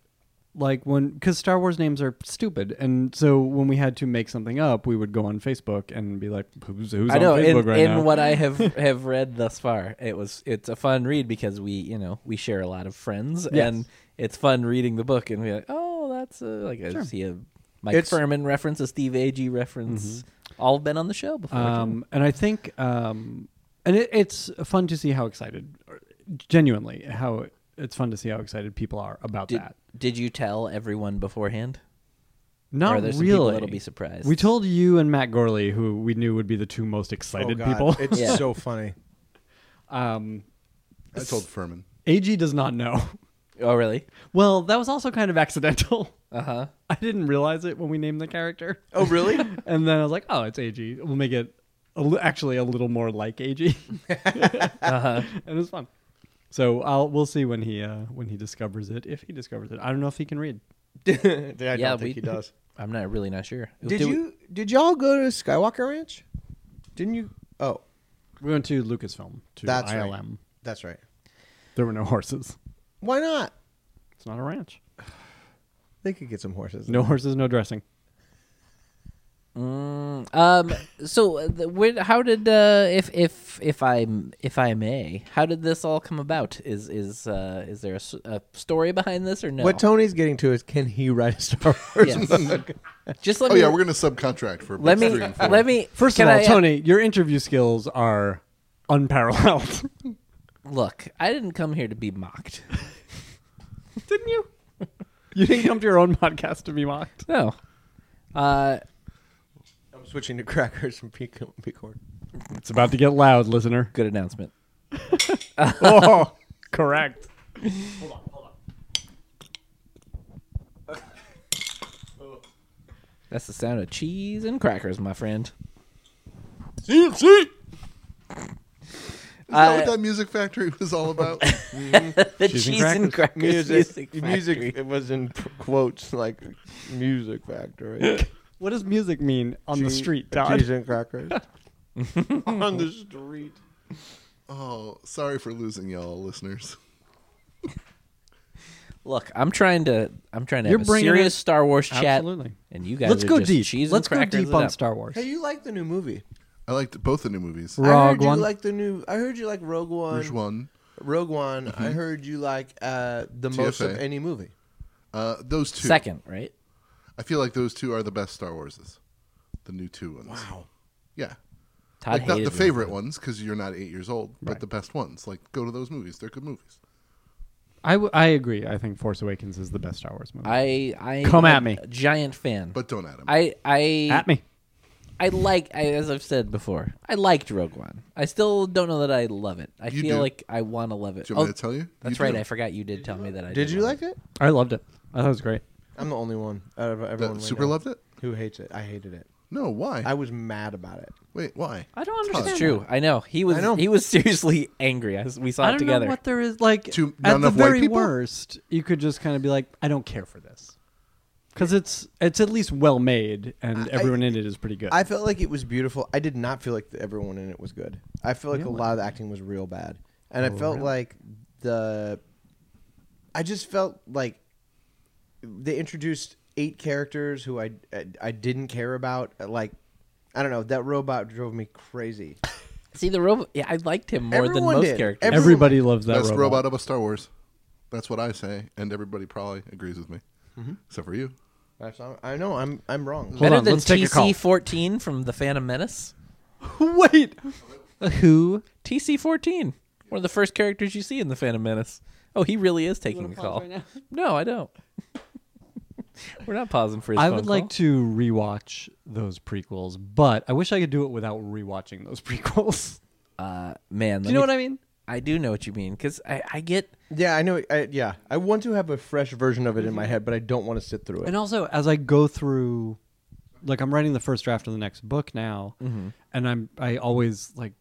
Speaker 5: like when because Star Wars names are stupid, and so when we had to make something up, we would go on Facebook and be like, "Who's who's
Speaker 2: I know.
Speaker 5: on Facebook
Speaker 2: In,
Speaker 5: right
Speaker 2: in
Speaker 5: now?"
Speaker 2: what I have have read thus far, it was it's a fun read because we you know we share a lot of friends
Speaker 5: Yes.
Speaker 2: and it's fun reading the book and we're like, oh, that's a, like I see a Mike
Speaker 3: It's-
Speaker 2: Furman reference, a Steve Agee reference. All been on the show before.
Speaker 5: Mm-hmm. um, and I think um, and it, it's fun to see how excited, genuinely how it's fun to see how excited people are about
Speaker 2: did
Speaker 5: that.
Speaker 2: did you tell everyone beforehand?
Speaker 5: Not
Speaker 2: Or there's some
Speaker 5: really.
Speaker 2: people that'll be surprised.
Speaker 5: We told you and Matt Gorley, who we knew would be the two most
Speaker 3: Oh,
Speaker 5: excited people.
Speaker 3: It's
Speaker 2: Yeah.
Speaker 3: so funny.
Speaker 5: Um,
Speaker 4: I told Furman.
Speaker 5: Ag does not know.
Speaker 2: Oh, really?
Speaker 5: Well, that was also kind of accidental.
Speaker 2: Uh huh.
Speaker 5: I didn't realize it when we named the character.
Speaker 3: Uh-huh. Oh, really?
Speaker 5: And then I was like, oh, it's AG. We'll make it a li- actually a little more like AG.
Speaker 3: Uh-huh.
Speaker 5: And it was fun. So I'll we'll see when he uh, when he discovers it if he discovers it. I don't know if he can read.
Speaker 3: I don't
Speaker 2: Yeah,
Speaker 3: think
Speaker 2: we-
Speaker 3: he does.
Speaker 2: I'm not really not sure.
Speaker 3: Did
Speaker 2: Do we-
Speaker 3: you? Did y'all go to Skywalker Ranch? Didn't you? Oh,
Speaker 5: We went to Lucasfilm to
Speaker 3: That's right.
Speaker 5: ILM.
Speaker 3: that's right.
Speaker 5: There were no horses.
Speaker 3: Why not?
Speaker 5: It's not a ranch.
Speaker 3: They could get some horses.
Speaker 5: No horses, no dressing.
Speaker 2: Um. So, uh, the, when, how did uh, if if if I if I may, how did this all come about? Is is uh, is there a, s- a story behind this or no?
Speaker 3: What Tony's getting to is, can he write a Star Wars?
Speaker 2: Yes.
Speaker 3: book?
Speaker 2: Just let
Speaker 4: Oh
Speaker 2: me.
Speaker 4: yeah, we're gonna subcontract for
Speaker 2: let
Speaker 4: books
Speaker 2: me
Speaker 4: three and four.
Speaker 2: let me.
Speaker 5: First
Speaker 2: can
Speaker 5: of all,
Speaker 3: uh,
Speaker 2: I- uh,
Speaker 5: Tony, your interview skills are unparalleled.
Speaker 2: Look, I didn't come here to be mocked.
Speaker 5: Didn't you? You didn't come to your own podcast to be mocked.
Speaker 2: No. Uh,
Speaker 3: I'm switching to crackers from pecan pecan.
Speaker 5: It's about to get loud, listener.
Speaker 2: good announcement.
Speaker 5: oh, correct.
Speaker 2: That's the sound of cheese and crackers, my friend.
Speaker 4: Is that what
Speaker 2: uh,
Speaker 4: that music factory was all about?
Speaker 2: The
Speaker 5: Cheese
Speaker 2: cheese,
Speaker 5: and
Speaker 2: and crackers
Speaker 3: Music,
Speaker 2: music
Speaker 3: music.
Speaker 2: factory.
Speaker 3: It was in quotes like music factory.
Speaker 5: What does music mean on the
Speaker 3: Cheese-
Speaker 5: street,
Speaker 3: Cheese
Speaker 5: Todd?
Speaker 3: and crackers on the street.
Speaker 4: oh, sorry for losing y'all, listeners.
Speaker 2: Look, I'm trying to. I'm trying to
Speaker 5: You're
Speaker 2: have a
Speaker 5: bringing
Speaker 2: serious
Speaker 5: it-
Speaker 2: Star Wars chat.
Speaker 5: Absolutely.
Speaker 2: And you guys,
Speaker 5: Let's
Speaker 2: are
Speaker 5: go
Speaker 2: just
Speaker 5: deep.
Speaker 2: Cheese and
Speaker 5: Let's go
Speaker 2: crackers
Speaker 5: deep
Speaker 2: it
Speaker 5: on
Speaker 2: up.
Speaker 5: Star Wars.
Speaker 3: Hey, you like the new movie?
Speaker 4: I liked both the new movies.
Speaker 3: I heard
Speaker 5: Rogue
Speaker 3: you
Speaker 5: One.
Speaker 3: like the new. I heard you like Rogue One.
Speaker 4: Rouge One. Mm-hmm.
Speaker 3: Rogue One. I heard you like uh, the most of
Speaker 4: TFA.
Speaker 3: any movie.
Speaker 4: Uh, those two.
Speaker 2: Second, right?
Speaker 4: I feel like those two are the best Star Warses. The new two ones. Wow. Yeah.
Speaker 2: Todd
Speaker 4: like not
Speaker 2: hated
Speaker 4: the
Speaker 2: me.
Speaker 4: favorite ones because you're not eight years old, but the best ones. Like go to those movies; they're good movies.
Speaker 5: I, w- I agree. I think Force Awakens is the best Star Wars movie.
Speaker 2: I I
Speaker 5: Come
Speaker 2: am
Speaker 5: at me.
Speaker 2: a giant fan.
Speaker 4: But don't at them.
Speaker 2: I I
Speaker 5: At me.
Speaker 2: I like I, as I've said before. I liked Rogue One. I still don't know that I love it. I
Speaker 4: You
Speaker 2: feel
Speaker 4: do.
Speaker 2: like I want to love it. Oh,
Speaker 4: Do you want me to tell you?
Speaker 2: That's
Speaker 4: You
Speaker 2: right.
Speaker 4: do.
Speaker 2: I forgot you did, tell me that I
Speaker 3: Did you
Speaker 2: love
Speaker 3: like it?
Speaker 5: I loved it. I thought it was great.
Speaker 3: I'm the only one out of everyone.
Speaker 4: That
Speaker 3: right
Speaker 4: super
Speaker 3: now
Speaker 4: loved it.
Speaker 3: Who hates it? I hated it.
Speaker 4: No, why?
Speaker 3: I was mad about it.
Speaker 4: Wait, why?
Speaker 2: I don't understand.
Speaker 4: It's
Speaker 2: that. I know he was.
Speaker 3: know.
Speaker 2: He was seriously angry. I, we saw
Speaker 5: I
Speaker 2: it
Speaker 5: don't
Speaker 2: together.
Speaker 5: know what there is like.
Speaker 4: Too- not
Speaker 5: at the
Speaker 4: enough white
Speaker 5: very
Speaker 4: people?
Speaker 5: worst, you could just kind of be like, I don't care for this, because it's it's at least well made and everyone in it is pretty good.
Speaker 3: I felt like it was beautiful. I did not feel like everyone in it was good. I feel like a lot of the acting was real bad, and I felt like the. I just felt like they introduced eight characters who I I, I didn't care about. Like, I don't know. That robot drove me crazy.
Speaker 2: See the robot. Yeah, I liked him more than
Speaker 3: Everyone
Speaker 2: most
Speaker 3: did.
Speaker 2: characters.
Speaker 3: Every-
Speaker 5: everybody loves that
Speaker 4: Best
Speaker 5: robot.
Speaker 4: robot about Star Wars. That's what I say, and everybody probably agrees with me, except for you.
Speaker 3: That's not- I know I'm I'm wrong.
Speaker 5: Hold
Speaker 2: Better
Speaker 5: on,
Speaker 2: than
Speaker 5: let's take a call.
Speaker 2: TC14 from the Phantom Menace.
Speaker 5: Wait, who?
Speaker 2: TC14, one of the first characters you see in the Phantom Menace. Oh, he really is taking the call. No, I don't. We're not pausing for his
Speaker 5: I
Speaker 2: phone
Speaker 5: would like
Speaker 2: call.
Speaker 5: to rewatch those prequels, but I wish I could do it without rewatching those prequels.
Speaker 2: Uh, man,
Speaker 5: do you know what I mean?
Speaker 2: I do know what you mean because I, I get.
Speaker 3: Yeah, I know. I, yeah, I want to have a fresh version of it in my head, but I don't want to sit through it.
Speaker 5: And also, as I go through, like I'm writing the first draft of the next book now,
Speaker 2: Mm-hmm.
Speaker 5: and I'm I always like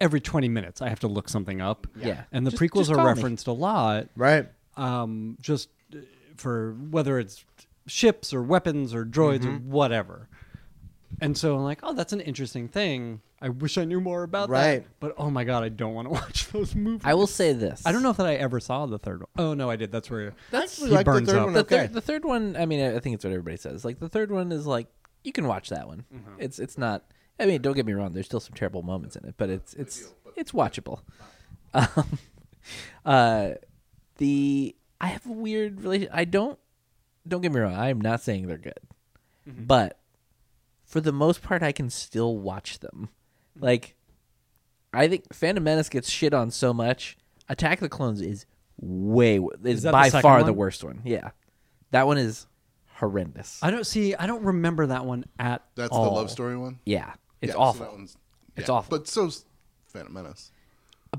Speaker 5: every 20 minutes I have to look something up.
Speaker 2: Yeah.
Speaker 5: and the
Speaker 2: Just-
Speaker 5: prequels
Speaker 2: just
Speaker 5: are
Speaker 2: call me.
Speaker 5: referenced a lot,
Speaker 3: Right?
Speaker 5: um, just uh, for whether it's ships or weapons or droids or
Speaker 2: Mm-hmm.
Speaker 5: whatever. And so I'm like, oh, that's an interesting thing. I wish I knew more about
Speaker 3: Right.
Speaker 5: that. But oh my god, I don't want to watch those movies.
Speaker 2: I will say this.
Speaker 5: I don't know if that I ever saw the third one. Oh no, I did. That's where
Speaker 3: That's
Speaker 5: he burns up.
Speaker 2: The, third, the third one, I mean, I I think it's what everybody says. Like the third one is like you can watch that one. It's it's not. I mean, don't get me wrong. There's still some terrible moments in it, but it's it's it's watchable. Um, uh, the I have a weird relation. I don't. Don't get me wrong. I am not saying they're good, but for the most part, I can still watch them. Like, I think Phantom Menace gets shit on so much. Attack of the Clones is way wo- is,
Speaker 5: that the
Speaker 2: by
Speaker 5: second
Speaker 2: far the
Speaker 5: one?
Speaker 2: worst one. Yeah, that one is horrendous.
Speaker 5: I don't see. I don't remember that one at
Speaker 4: That's
Speaker 5: all.
Speaker 4: the love story one.
Speaker 2: yeah, it's
Speaker 4: Yeah, so
Speaker 2: awful.
Speaker 4: that one's-
Speaker 2: It's
Speaker 4: yeah.
Speaker 2: awful.
Speaker 4: But so's Phantom Menace.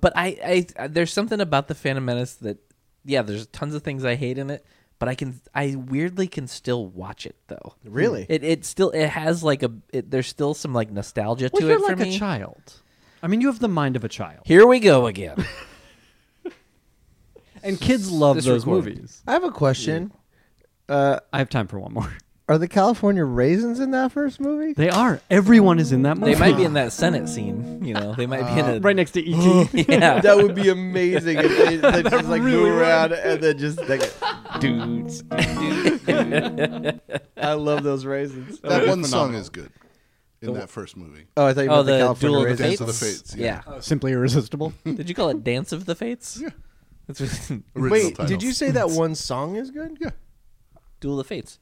Speaker 2: but I, I there's something about the Phantom Menace that yeah, there's tons of things I hate in it, but I can I weirdly can still watch it though.
Speaker 3: Really?
Speaker 2: It it still it has like a it, there's still some like nostalgia
Speaker 5: Well,
Speaker 2: to
Speaker 5: you're
Speaker 2: it for
Speaker 5: like
Speaker 2: me.
Speaker 5: a child. I mean, you have the mind of a child,
Speaker 2: Here we go again.
Speaker 5: and kids love
Speaker 2: This
Speaker 5: those
Speaker 2: recording.
Speaker 5: movies.
Speaker 3: I have a question.
Speaker 5: I have time for one more.
Speaker 3: Are the California raisins in that first movie?
Speaker 5: They are. Everyone is in that movie.
Speaker 2: They might be in that Senate scene, you know. They might be in a
Speaker 5: Uh, right next to E ET.
Speaker 2: yeah.
Speaker 3: That would be amazing if they, they just like move around and then just like
Speaker 2: dudes.
Speaker 3: I love those raisins.
Speaker 4: That one song is good in that first movie.
Speaker 3: Oh, I thought you
Speaker 2: Oh,
Speaker 3: meant the,
Speaker 2: the
Speaker 3: California
Speaker 2: Duel of the
Speaker 3: raisins.
Speaker 2: Fates.
Speaker 4: Dance of the Fates,
Speaker 2: Yeah.
Speaker 4: yeah.
Speaker 5: Simply irresistible.
Speaker 2: Did you call it Dance of the Fates?
Speaker 4: Yeah.
Speaker 2: That's what,
Speaker 4: Original
Speaker 3: Wait, did
Speaker 4: title.
Speaker 3: you say that one song is good?
Speaker 4: Yeah.
Speaker 2: Duel of the Fates.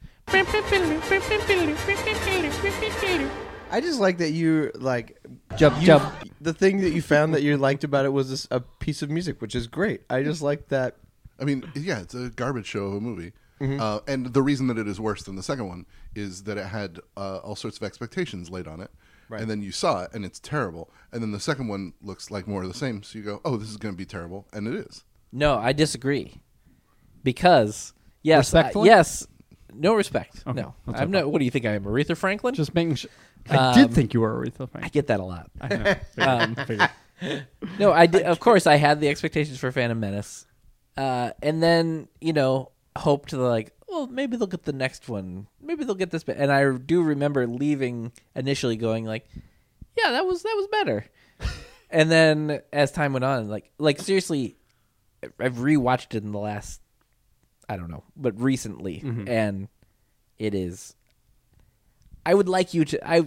Speaker 3: I just like that you like
Speaker 5: Jump,
Speaker 3: you-
Speaker 5: jump.
Speaker 3: The thing that you found that you liked about it was this, a piece of music, which is great. I just like that.
Speaker 4: I mean, yeah, it's a garbage show of a movie.
Speaker 3: Mm-hmm.
Speaker 4: Uh, and the reason that it is worse than the second one is that it had uh, all sorts of expectations laid on it. And then you saw it, and it's terrible. And then the second one looks like more of the same. So you go, oh, this is going to be terrible. And it is.
Speaker 2: No, I disagree. Because yes, I-
Speaker 5: Respectfully?
Speaker 2: yes, no respect. No,
Speaker 5: that's
Speaker 2: I'm
Speaker 5: okay.
Speaker 2: not. What do you think I am, Aretha Franklin?
Speaker 5: Just making sure. I did think you were Aretha
Speaker 2: I
Speaker 5: Franklin.
Speaker 2: get that a lot.
Speaker 5: I Um, know. Figured, figured.
Speaker 2: No, I did. Of course, I had the expectations for Phantom Menace, uh, and then you know hoped that like, well, maybe they'll get the next one. Maybe they'll get this. Be-. And I do remember leaving initially going like, yeah, that was that was better. and then as time went on, like like seriously, I've rewatched it in the last, I don't know, but recently, and it is. I would like you to. I.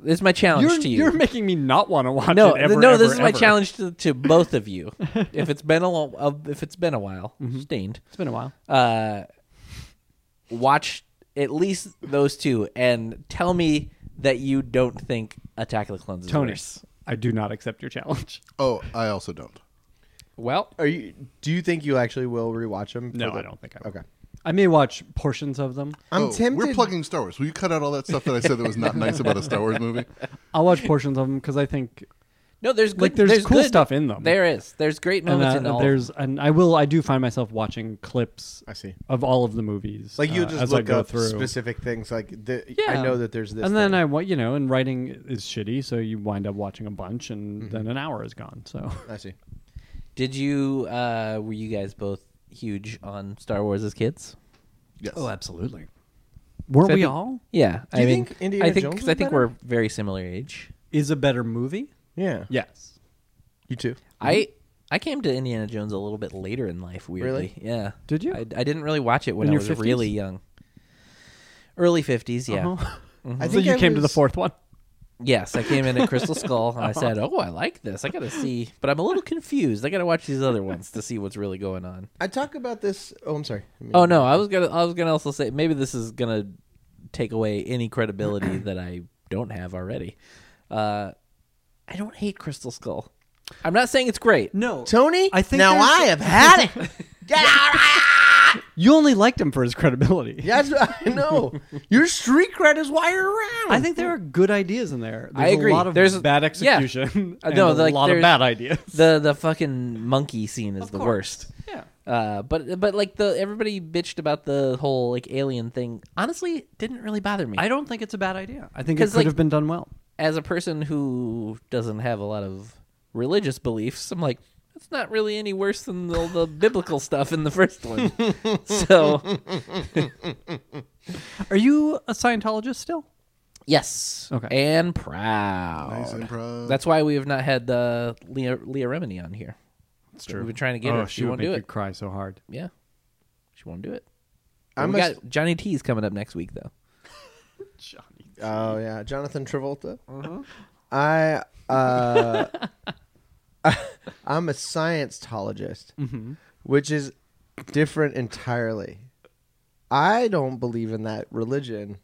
Speaker 2: This is my challenge
Speaker 5: You're,
Speaker 2: to you
Speaker 5: you're making me not want to watch
Speaker 2: no,
Speaker 5: it. Ever,
Speaker 2: no, this
Speaker 5: ever,
Speaker 2: is my
Speaker 5: ever.
Speaker 2: challenge to, to both of you. if it's been a lo- of- if it's been a while,
Speaker 5: Mm-hmm.
Speaker 2: stained.
Speaker 5: It's been a while.
Speaker 2: Uh, watch at least those two and tell me that you don't think Attack of the Clones is
Speaker 5: Tony,
Speaker 2: worse.
Speaker 5: I do not accept your challenge.
Speaker 4: Oh, I also don't.
Speaker 2: Well,
Speaker 3: Are you? Do you think you actually will rewatch them?
Speaker 5: No, I don't think I will.
Speaker 3: Okay.
Speaker 5: I may watch portions of them.
Speaker 3: I'm
Speaker 4: oh,
Speaker 3: tempted.
Speaker 4: We're plugging Star Wars. Will you cut out all that stuff that I said that was not nice about a Star Wars movie?
Speaker 5: I'll watch portions of them because I think
Speaker 2: No, there's good,
Speaker 5: Like, there's cool
Speaker 2: good-
Speaker 5: stuff in them.
Speaker 2: There is. There's great
Speaker 5: and
Speaker 2: moments
Speaker 5: uh,
Speaker 2: in all.
Speaker 5: there's and I will I do find myself watching clips
Speaker 3: I see.
Speaker 5: of all of the movies.
Speaker 3: Like you
Speaker 5: uh,
Speaker 3: just
Speaker 5: as I
Speaker 3: look
Speaker 5: go
Speaker 3: up
Speaker 5: through.
Speaker 3: specific things. Like the,
Speaker 5: Yeah.
Speaker 3: I know that there's this.
Speaker 5: and then
Speaker 3: thing.
Speaker 5: I wa- you know, and writing is shitty, so you wind up watching a bunch, and
Speaker 3: Mm-hmm.
Speaker 5: then an hour is gone. So
Speaker 3: I see.
Speaker 2: Did you? Uh, were you guys both huge on Star Wars as kids?
Speaker 4: Yes.
Speaker 5: absolutely. Weren't
Speaker 2: So I
Speaker 5: we
Speaker 2: think-
Speaker 5: all?
Speaker 2: Yeah,
Speaker 3: you
Speaker 2: I mean,
Speaker 3: think Indiana
Speaker 2: I think
Speaker 3: Jones
Speaker 2: 'cause
Speaker 3: was
Speaker 2: I think
Speaker 3: better?
Speaker 2: we're very similar age.
Speaker 5: Is a better movie?
Speaker 3: Yeah.
Speaker 5: Yes.
Speaker 3: You too.
Speaker 2: I I came to Indiana Jones a little bit later in life. Weirdly,
Speaker 3: Really?
Speaker 2: yeah.
Speaker 5: Did you?
Speaker 2: I, I didn't really watch it when
Speaker 5: In
Speaker 2: I
Speaker 5: your
Speaker 2: was
Speaker 5: 50s?
Speaker 2: really young. Early fifties, yeah.
Speaker 5: Uh-huh.
Speaker 3: I
Speaker 5: Mm-hmm. So you came to the
Speaker 3: was-
Speaker 5: fourth one.
Speaker 2: Yes, I came into Crystal Skull and I said, "Oh, I like this. I gotta see," but I'm a little confused. I gotta watch these other ones to see what's really going on.
Speaker 3: I talk about this. Oh, I'm sorry. I mean-
Speaker 2: Oh no, I was gonna I was gonna also say maybe this is gonna take away any credibility that I don't have already. Uh, I don't hate Crystal Skull. I'm not saying it's great.
Speaker 5: No,
Speaker 3: Tony.
Speaker 5: I think
Speaker 3: now
Speaker 5: there's-
Speaker 3: I have had it.
Speaker 5: you only liked him for his credibility.
Speaker 3: Yes, I know. Your street cred is why you're around.
Speaker 5: I think there are good ideas in there.
Speaker 2: I
Speaker 5: There's
Speaker 2: agree.
Speaker 5: A lot of
Speaker 2: There's-
Speaker 5: bad
Speaker 2: yeah.
Speaker 5: execution.
Speaker 2: Uh,
Speaker 5: and
Speaker 2: no,
Speaker 5: a
Speaker 2: like,
Speaker 5: lot of
Speaker 2: there's-
Speaker 5: bad ideas.
Speaker 2: the the fucking monkey scene is the worst.
Speaker 5: Yeah.
Speaker 2: Uh, but but like the everybody bitched about the whole like alien thing. Honestly, it didn't really bother me.
Speaker 5: I don't think it's a bad idea. I think it
Speaker 2: 'Cause,
Speaker 5: could
Speaker 2: like-
Speaker 5: have been done well.
Speaker 2: As a person who doesn't have a lot of religious beliefs, I'm like, that's not really any worse than all the biblical stuff in the first one. so
Speaker 5: Are you a Scientologist still?
Speaker 2: yes,
Speaker 5: Okay.
Speaker 2: and
Speaker 3: Oh,
Speaker 2: proud.
Speaker 4: Nice improv.
Speaker 2: That's why we have not had uh, Leah Leah Remini on here. That's
Speaker 5: true.
Speaker 2: We've been trying to
Speaker 5: Oh,
Speaker 2: get her. She, won't do it.
Speaker 5: cry so hard.
Speaker 2: Yeah, she won't do it.
Speaker 3: I
Speaker 2: we
Speaker 3: must-
Speaker 2: got Johnny T's coming up next week though.
Speaker 3: Oh yeah, Jonathan Travolta. I uh, I'm a scientologist,
Speaker 5: Mm-hmm.
Speaker 3: which is different entirely. I don't believe in that religion,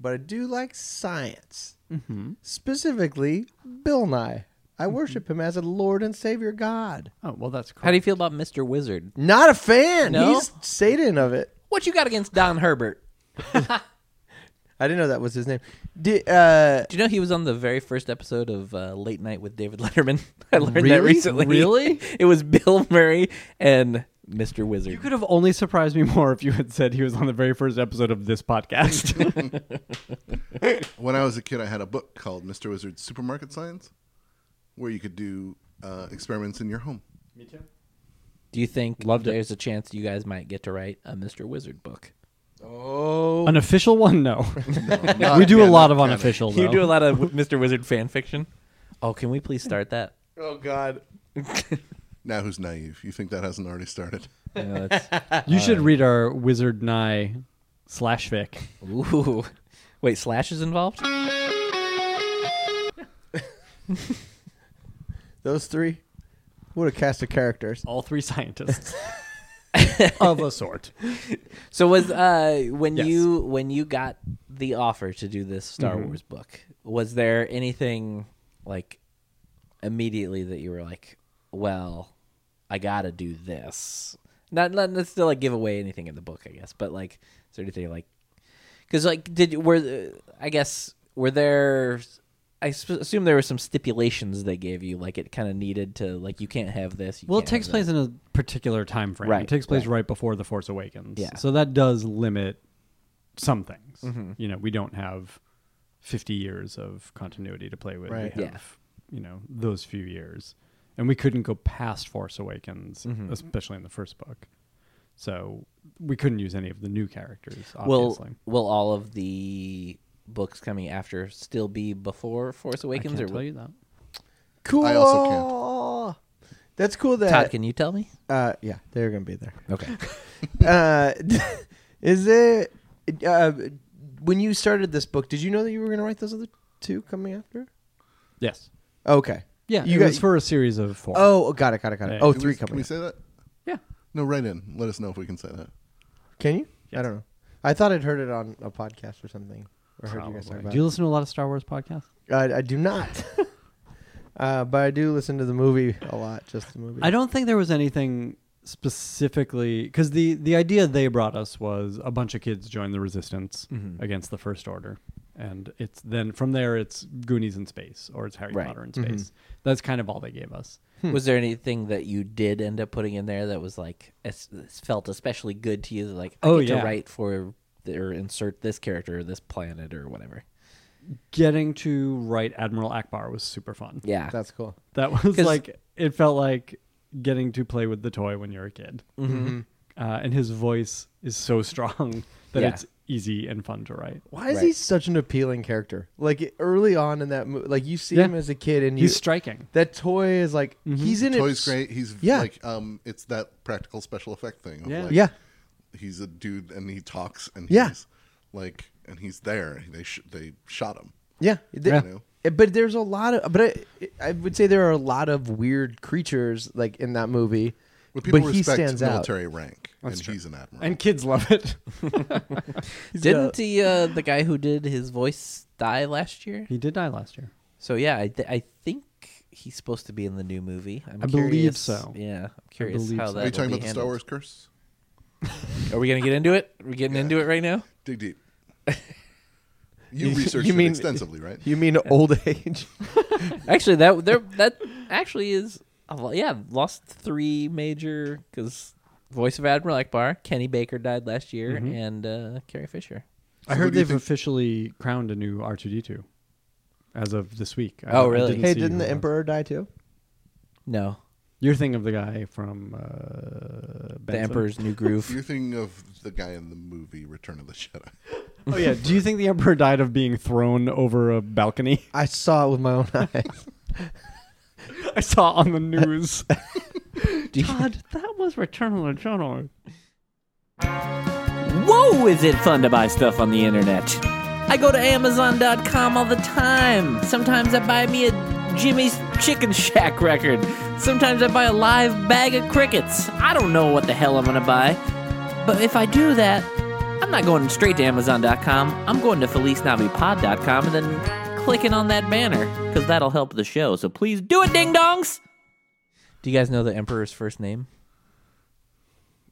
Speaker 3: but I do like science,
Speaker 5: Mm-hmm.
Speaker 3: specifically Bill Nye. I worship him as a Lord and Savior God.
Speaker 5: Oh well, that's cool.
Speaker 2: How do you feel about Mr. Wizard?
Speaker 3: Not a fan.
Speaker 2: No?
Speaker 3: He's Satan of it.
Speaker 2: What you got against Don Herbert?
Speaker 3: I didn't know that was his name. Did, uh,
Speaker 2: Do you know he was on the very first episode of uh, Late Night with David Letterman? I learned that
Speaker 3: Really?
Speaker 2: recently.
Speaker 5: Really?
Speaker 2: it was Bill Murray and Mr. Wizard.
Speaker 5: You could have only surprised me more if you had said he was on the very first episode of this podcast.
Speaker 4: When I was a kid, I had a book called Mr. Wizard's Supermarket Science, where you could do uh, experiments in your home.
Speaker 5: me too.
Speaker 2: Do you think
Speaker 5: Loved it.
Speaker 2: there's a chance you guys might get to write a Mr. Wizard book?
Speaker 3: oh,
Speaker 5: An official one? No.
Speaker 4: I'm not
Speaker 5: we do a
Speaker 4: gonna
Speaker 5: lot of
Speaker 4: panic.
Speaker 5: unofficial.
Speaker 2: You
Speaker 5: though.
Speaker 2: do a lot of Mr. Wizard fan fiction. Oh, can we please start that?
Speaker 3: oh God.
Speaker 4: Now who's naive? You think that hasn't already started?
Speaker 2: Yeah, that's-
Speaker 5: You
Speaker 2: Uh,
Speaker 5: should read our Wizard Nye slash Vic.
Speaker 2: Ooh. Wait, Slash is involved?
Speaker 3: Those three? What a cast of characters.
Speaker 5: All three scientists of a sort.
Speaker 2: So was uh when
Speaker 5: Yes. Mm-hmm.
Speaker 2: you when you got the offer to do this Star Wars book, was there anything like immediately that you were like, well, I gotta do this? Not not not to like give away anything in the book, I guess, but like is there anything like because like did were I guess were there I s- assume there were some stipulations they gave you, like it kind of needed to like you can't have this. You
Speaker 5: Well, it
Speaker 2: can't
Speaker 5: takes
Speaker 2: have that.
Speaker 5: place in a particular time frame.
Speaker 2: Right,
Speaker 5: It takes place
Speaker 2: right.
Speaker 5: right. before The Force Awakens.
Speaker 2: Yeah. Mm-hmm.
Speaker 5: So that does limit some things. You know, we don't have 50 years of continuity to play with.
Speaker 3: Right.
Speaker 5: We
Speaker 2: Yeah.
Speaker 5: have, you know, those few years. And we couldn't go past Force Awakens,
Speaker 2: Mm-hmm.
Speaker 5: especially in the first book. So we couldn't use any of the new characters,
Speaker 2: Will
Speaker 5: obviously.
Speaker 2: Will all of the books coming after still be before Force
Speaker 5: I
Speaker 2: Awakens?
Speaker 5: can't
Speaker 2: or
Speaker 5: tell
Speaker 2: will-
Speaker 5: you that.
Speaker 3: Cool.
Speaker 4: I also
Speaker 3: That's cool that
Speaker 2: Todd, can you tell me?
Speaker 3: uh yeah, they're going to be there.
Speaker 2: Okay.
Speaker 3: Uh is it uh when you started this book, did you know that you were going to write those other two coming after?
Speaker 5: Yes.
Speaker 3: Okay.
Speaker 5: Yeah,
Speaker 3: You
Speaker 5: it
Speaker 3: got-
Speaker 5: was for a series of four.
Speaker 3: Oh, got it, got it, got
Speaker 5: Yeah.
Speaker 3: it. Oh,
Speaker 4: Can
Speaker 3: three
Speaker 4: we, Can
Speaker 3: coming.
Speaker 4: we
Speaker 3: after.
Speaker 4: say that?
Speaker 5: yeah.
Speaker 4: No, write in. Let us know if we can say that.
Speaker 3: Can you?
Speaker 5: Yes.
Speaker 3: I don't know. I thought I'd heard it on a podcast or something. Or heard you guys talk
Speaker 5: Probably.
Speaker 3: about.
Speaker 5: Do you listen to a lot of Star Wars podcasts?
Speaker 3: I, I do not. uh, but I do listen to the movie a lot, just the movie.
Speaker 5: I don't think there was anything specifically because
Speaker 3: Mm-hmm.
Speaker 5: the the idea they brought us was a bunch of kids joined the resistance against the First Order, and it's then from there it's Goonies in space or it's Harry
Speaker 2: Right.
Speaker 5: Potter in space.
Speaker 3: Mm-hmm.
Speaker 5: That's kind of all they gave us.
Speaker 2: Was there anything that you did end up putting in there that was like es- felt especially good to you? That like, I
Speaker 5: Oh,
Speaker 2: get
Speaker 5: yeah.
Speaker 2: to write for th- or insert this character or this planet or whatever.
Speaker 5: Getting to write Admiral Akbar was super fun.
Speaker 2: Yeah,
Speaker 3: That's cool.
Speaker 5: That was
Speaker 2: 'Cause-
Speaker 5: like it felt like getting to play with the toy when you're a kid. Mm-hmm. Uh, and his voice is so strong that
Speaker 2: Yeah.
Speaker 5: it's easy and fun to write.
Speaker 3: Why is he such an appealing character? Like early on in that movie, like you see
Speaker 5: Yeah.
Speaker 3: him as a kid, and you,
Speaker 5: He's striking.
Speaker 3: that toy is like he's in
Speaker 4: Toy's
Speaker 3: it.
Speaker 4: great. He's
Speaker 3: Yeah.
Speaker 4: like um, it's that practical special effect thing. Of
Speaker 5: Yeah.
Speaker 4: Like,
Speaker 3: Yeah,
Speaker 4: He's a dude and he talks and he's
Speaker 3: Yeah.
Speaker 4: like and he's there. They sh- they shot him.
Speaker 3: yeah. Th-
Speaker 4: You know?
Speaker 3: But there's a lot of, but I, I would say there are a lot of weird creatures like in that movie.
Speaker 4: But people
Speaker 3: he
Speaker 4: respect
Speaker 3: stands out.
Speaker 4: military rank, and he's an admiral.
Speaker 5: And kids love it.
Speaker 2: didn't he? Uh, the guy who did his voice die last year.
Speaker 5: He did die last year.
Speaker 2: So yeah, I, th- I think he's supposed to be in the new movie. I'm
Speaker 5: I believe
Speaker 2: curious-
Speaker 5: so.
Speaker 2: Yeah, I'm curious
Speaker 5: believe
Speaker 2: how
Speaker 5: so.
Speaker 2: that.
Speaker 4: Are you talking
Speaker 2: will
Speaker 4: about
Speaker 2: be
Speaker 4: the Star
Speaker 2: handled.
Speaker 4: Wars curse?
Speaker 2: Are we gonna get into it? Are we getting into it right now?
Speaker 4: Dig deep. You researched
Speaker 3: you
Speaker 4: it
Speaker 3: mean-
Speaker 4: extensively, right?
Speaker 3: You mean old age?
Speaker 2: Actually, that there that actually is. a lo- Yeah, lost three major because voice of Admiral Akbar, Kenny Baker died last year, and uh, Carrie Fisher.
Speaker 5: I
Speaker 4: So who
Speaker 5: heard
Speaker 4: do you
Speaker 5: they've
Speaker 4: think-
Speaker 5: officially crowned a new R two D two, as of this week. I-
Speaker 2: Oh,
Speaker 5: I
Speaker 2: really?
Speaker 5: didn't
Speaker 3: hey,
Speaker 5: see
Speaker 3: didn't
Speaker 5: who
Speaker 3: the
Speaker 5: it was.
Speaker 3: emperor die too?
Speaker 2: No,
Speaker 5: You're thinking of the guy from uh,
Speaker 2: the Emperor's New Groove.
Speaker 4: You're thinking of the guy in the movie Return of the Jedi.
Speaker 5: Oh yeah. Do you think the Emperor died of being thrown over a balcony?
Speaker 3: I saw it with my own eyes.
Speaker 5: I saw on the news.
Speaker 2: Do you-
Speaker 5: God, that was Return of the Jedi.
Speaker 2: Whoa, is it fun to buy stuff on the internet? I go to Amazon.com all the time. Sometimes I buy me a Jimmy's Chicken Shack record. Sometimes I buy a live bag of crickets. I don't know what the hell I'm gonna buy. But if I do that, I'm not going straight to Amazon.com. I'm going to FeliceNaviPod.com and then clicking on that banner, because that'll help the show. So please do it, ding dongs! Do you guys know the Emperor's first name?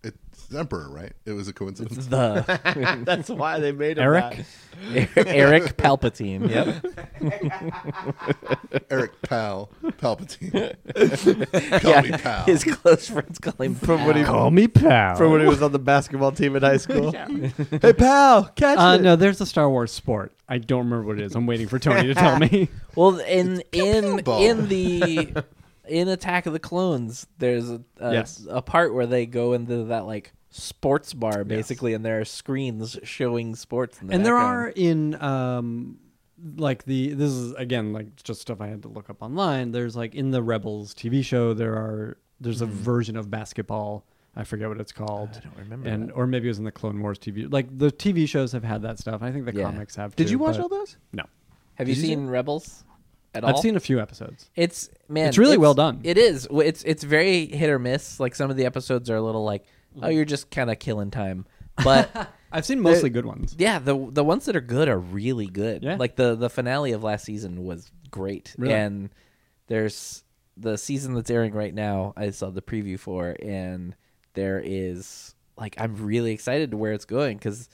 Speaker 4: It's the Emperor, right? It was a coincidence.
Speaker 2: The.
Speaker 3: That's why they made him
Speaker 5: Eric.
Speaker 2: Eric Palpatine. Yep.
Speaker 4: Eric Pal Palpatine. Call me Pal.
Speaker 2: His
Speaker 5: Oh.
Speaker 2: close friends call him
Speaker 3: From when he
Speaker 5: Call me pal.
Speaker 3: from when he was on the basketball team in high school. Hey pal, catch
Speaker 5: uh,
Speaker 3: it.
Speaker 5: no, there's a Star Wars sport. I don't remember what it is. I'm waiting for Tony to tell me.
Speaker 2: Well, in in
Speaker 4: pew ball.
Speaker 2: in the in Attack of the Clones, there's a, a,
Speaker 5: Yes.
Speaker 2: a part where they go into that like sports bar basically, and there are screens showing sports. In the
Speaker 5: and there are
Speaker 2: background.
Speaker 5: in um like the this is again like just stuff i had to look up online there's like in the rebels tv show there are there's a version of basketball i forget what it's called i don't
Speaker 2: remember
Speaker 5: and or maybe it was in the clone wars tv like the tv shows have had that stuff i think the
Speaker 2: Yeah.
Speaker 5: comics have
Speaker 3: Did
Speaker 5: too,
Speaker 3: you watch
Speaker 5: but-
Speaker 3: all those?
Speaker 5: no
Speaker 2: Have you
Speaker 5: Did you
Speaker 2: seen Rebels? At all?
Speaker 5: i've seen a few episodes
Speaker 2: It's man.
Speaker 5: It's really well done.
Speaker 2: It is. W- It's it's very hit or miss. Like some of the episodes are a little like,
Speaker 5: Mm-hmm.
Speaker 2: oh, you're just kind of killing time. But
Speaker 5: i've seen mostly good ones
Speaker 2: Yeah, the the ones that are good are really good.
Speaker 5: Yeah.
Speaker 2: Like the the finale of last season was great.
Speaker 5: Really?
Speaker 2: And there's the season that's airing right now. I saw the preview for and there is like I'm really excited to where it's going cuz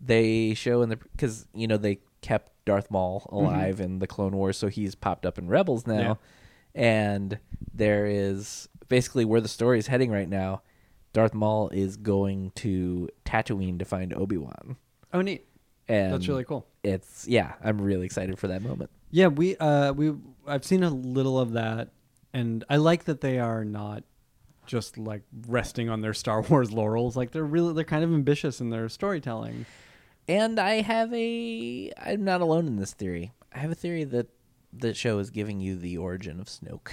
Speaker 2: they show in the cuz you know they kept Darth Maul alive in the Clone Wars so he's popped up in Rebels now
Speaker 5: Mm-hmm. Yeah.
Speaker 2: and there is basically where the story is heading right now. Darth Maul is going to Tatooine to find Obi Wan,
Speaker 5: oh neat
Speaker 2: and
Speaker 5: That's really cool.
Speaker 2: It's yeah, I'm really excited for that moment.
Speaker 5: Yeah, we uh we I've seen a little of that and I like that they are not just like resting on their Star Wars laurels. Like they're really they're kind of ambitious in their storytelling.
Speaker 2: And I have a I'm not alone in this theory. I have a theory that the show is giving you the origin of Snoke.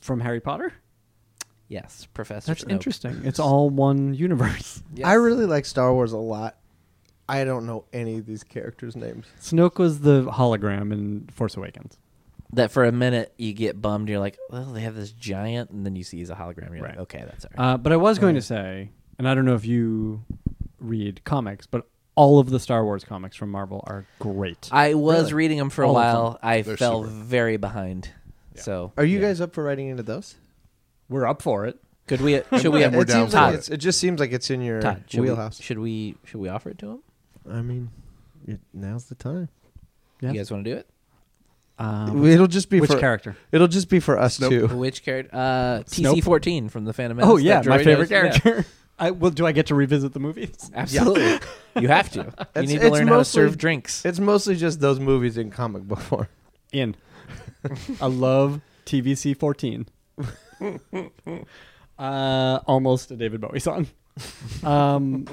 Speaker 5: From Harry Potter?
Speaker 2: Yes, Professor.
Speaker 5: That's
Speaker 2: Snoke.
Speaker 5: interesting. It's all one universe.
Speaker 2: Yes.
Speaker 3: I really like Star Wars a lot. I don't know any of these characters' names.
Speaker 5: Snoke was the hologram in Force Awakens.
Speaker 2: that for a minute you get bummed. You're like, well, they have this giant, and then you see he's a hologram. You're like,
Speaker 5: Right.
Speaker 2: okay, that's all right.
Speaker 5: Uh, but I was going to say, and I don't know if you read comics, but all of the Star Wars comics from Marvel are great.
Speaker 2: I was reading them for a
Speaker 5: All of
Speaker 2: while. I
Speaker 4: They're
Speaker 2: fell
Speaker 4: super.
Speaker 2: very behind. So
Speaker 3: Are you
Speaker 2: yeah.
Speaker 3: guys up for writing into those?
Speaker 5: We're up for it.
Speaker 2: Could we? Should we?
Speaker 4: We're
Speaker 2: have,
Speaker 4: down
Speaker 3: seems
Speaker 4: for
Speaker 3: like
Speaker 4: it.
Speaker 3: it's, it just seems like it's in your
Speaker 2: Todd, should
Speaker 3: wheelhouse.
Speaker 2: We, should we? Should we offer it to him?
Speaker 3: I mean, it, now's the time.
Speaker 5: Yeah. Uh,
Speaker 2: You guys want to do it? Uh,
Speaker 3: it'll just be
Speaker 5: Which
Speaker 3: for,
Speaker 5: character?
Speaker 3: It'll just be for us
Speaker 4: Nope.
Speaker 3: two.
Speaker 2: Which character? Uh, TC14 from the Phantom Menace.
Speaker 5: Oh yeah,
Speaker 2: that
Speaker 5: my
Speaker 2: droid knows-
Speaker 5: favorite
Speaker 2: yeah.
Speaker 5: character. I well, do I get to revisit the movies?
Speaker 2: Absolutely. You have to. You
Speaker 3: It's-
Speaker 2: need to
Speaker 3: it's
Speaker 2: learn how to
Speaker 3: mostly-
Speaker 2: serve drinks.
Speaker 3: It's mostly just those movies in comic book form.
Speaker 5: In. I love TVC 14. uh, almost a David Bowie song. Um,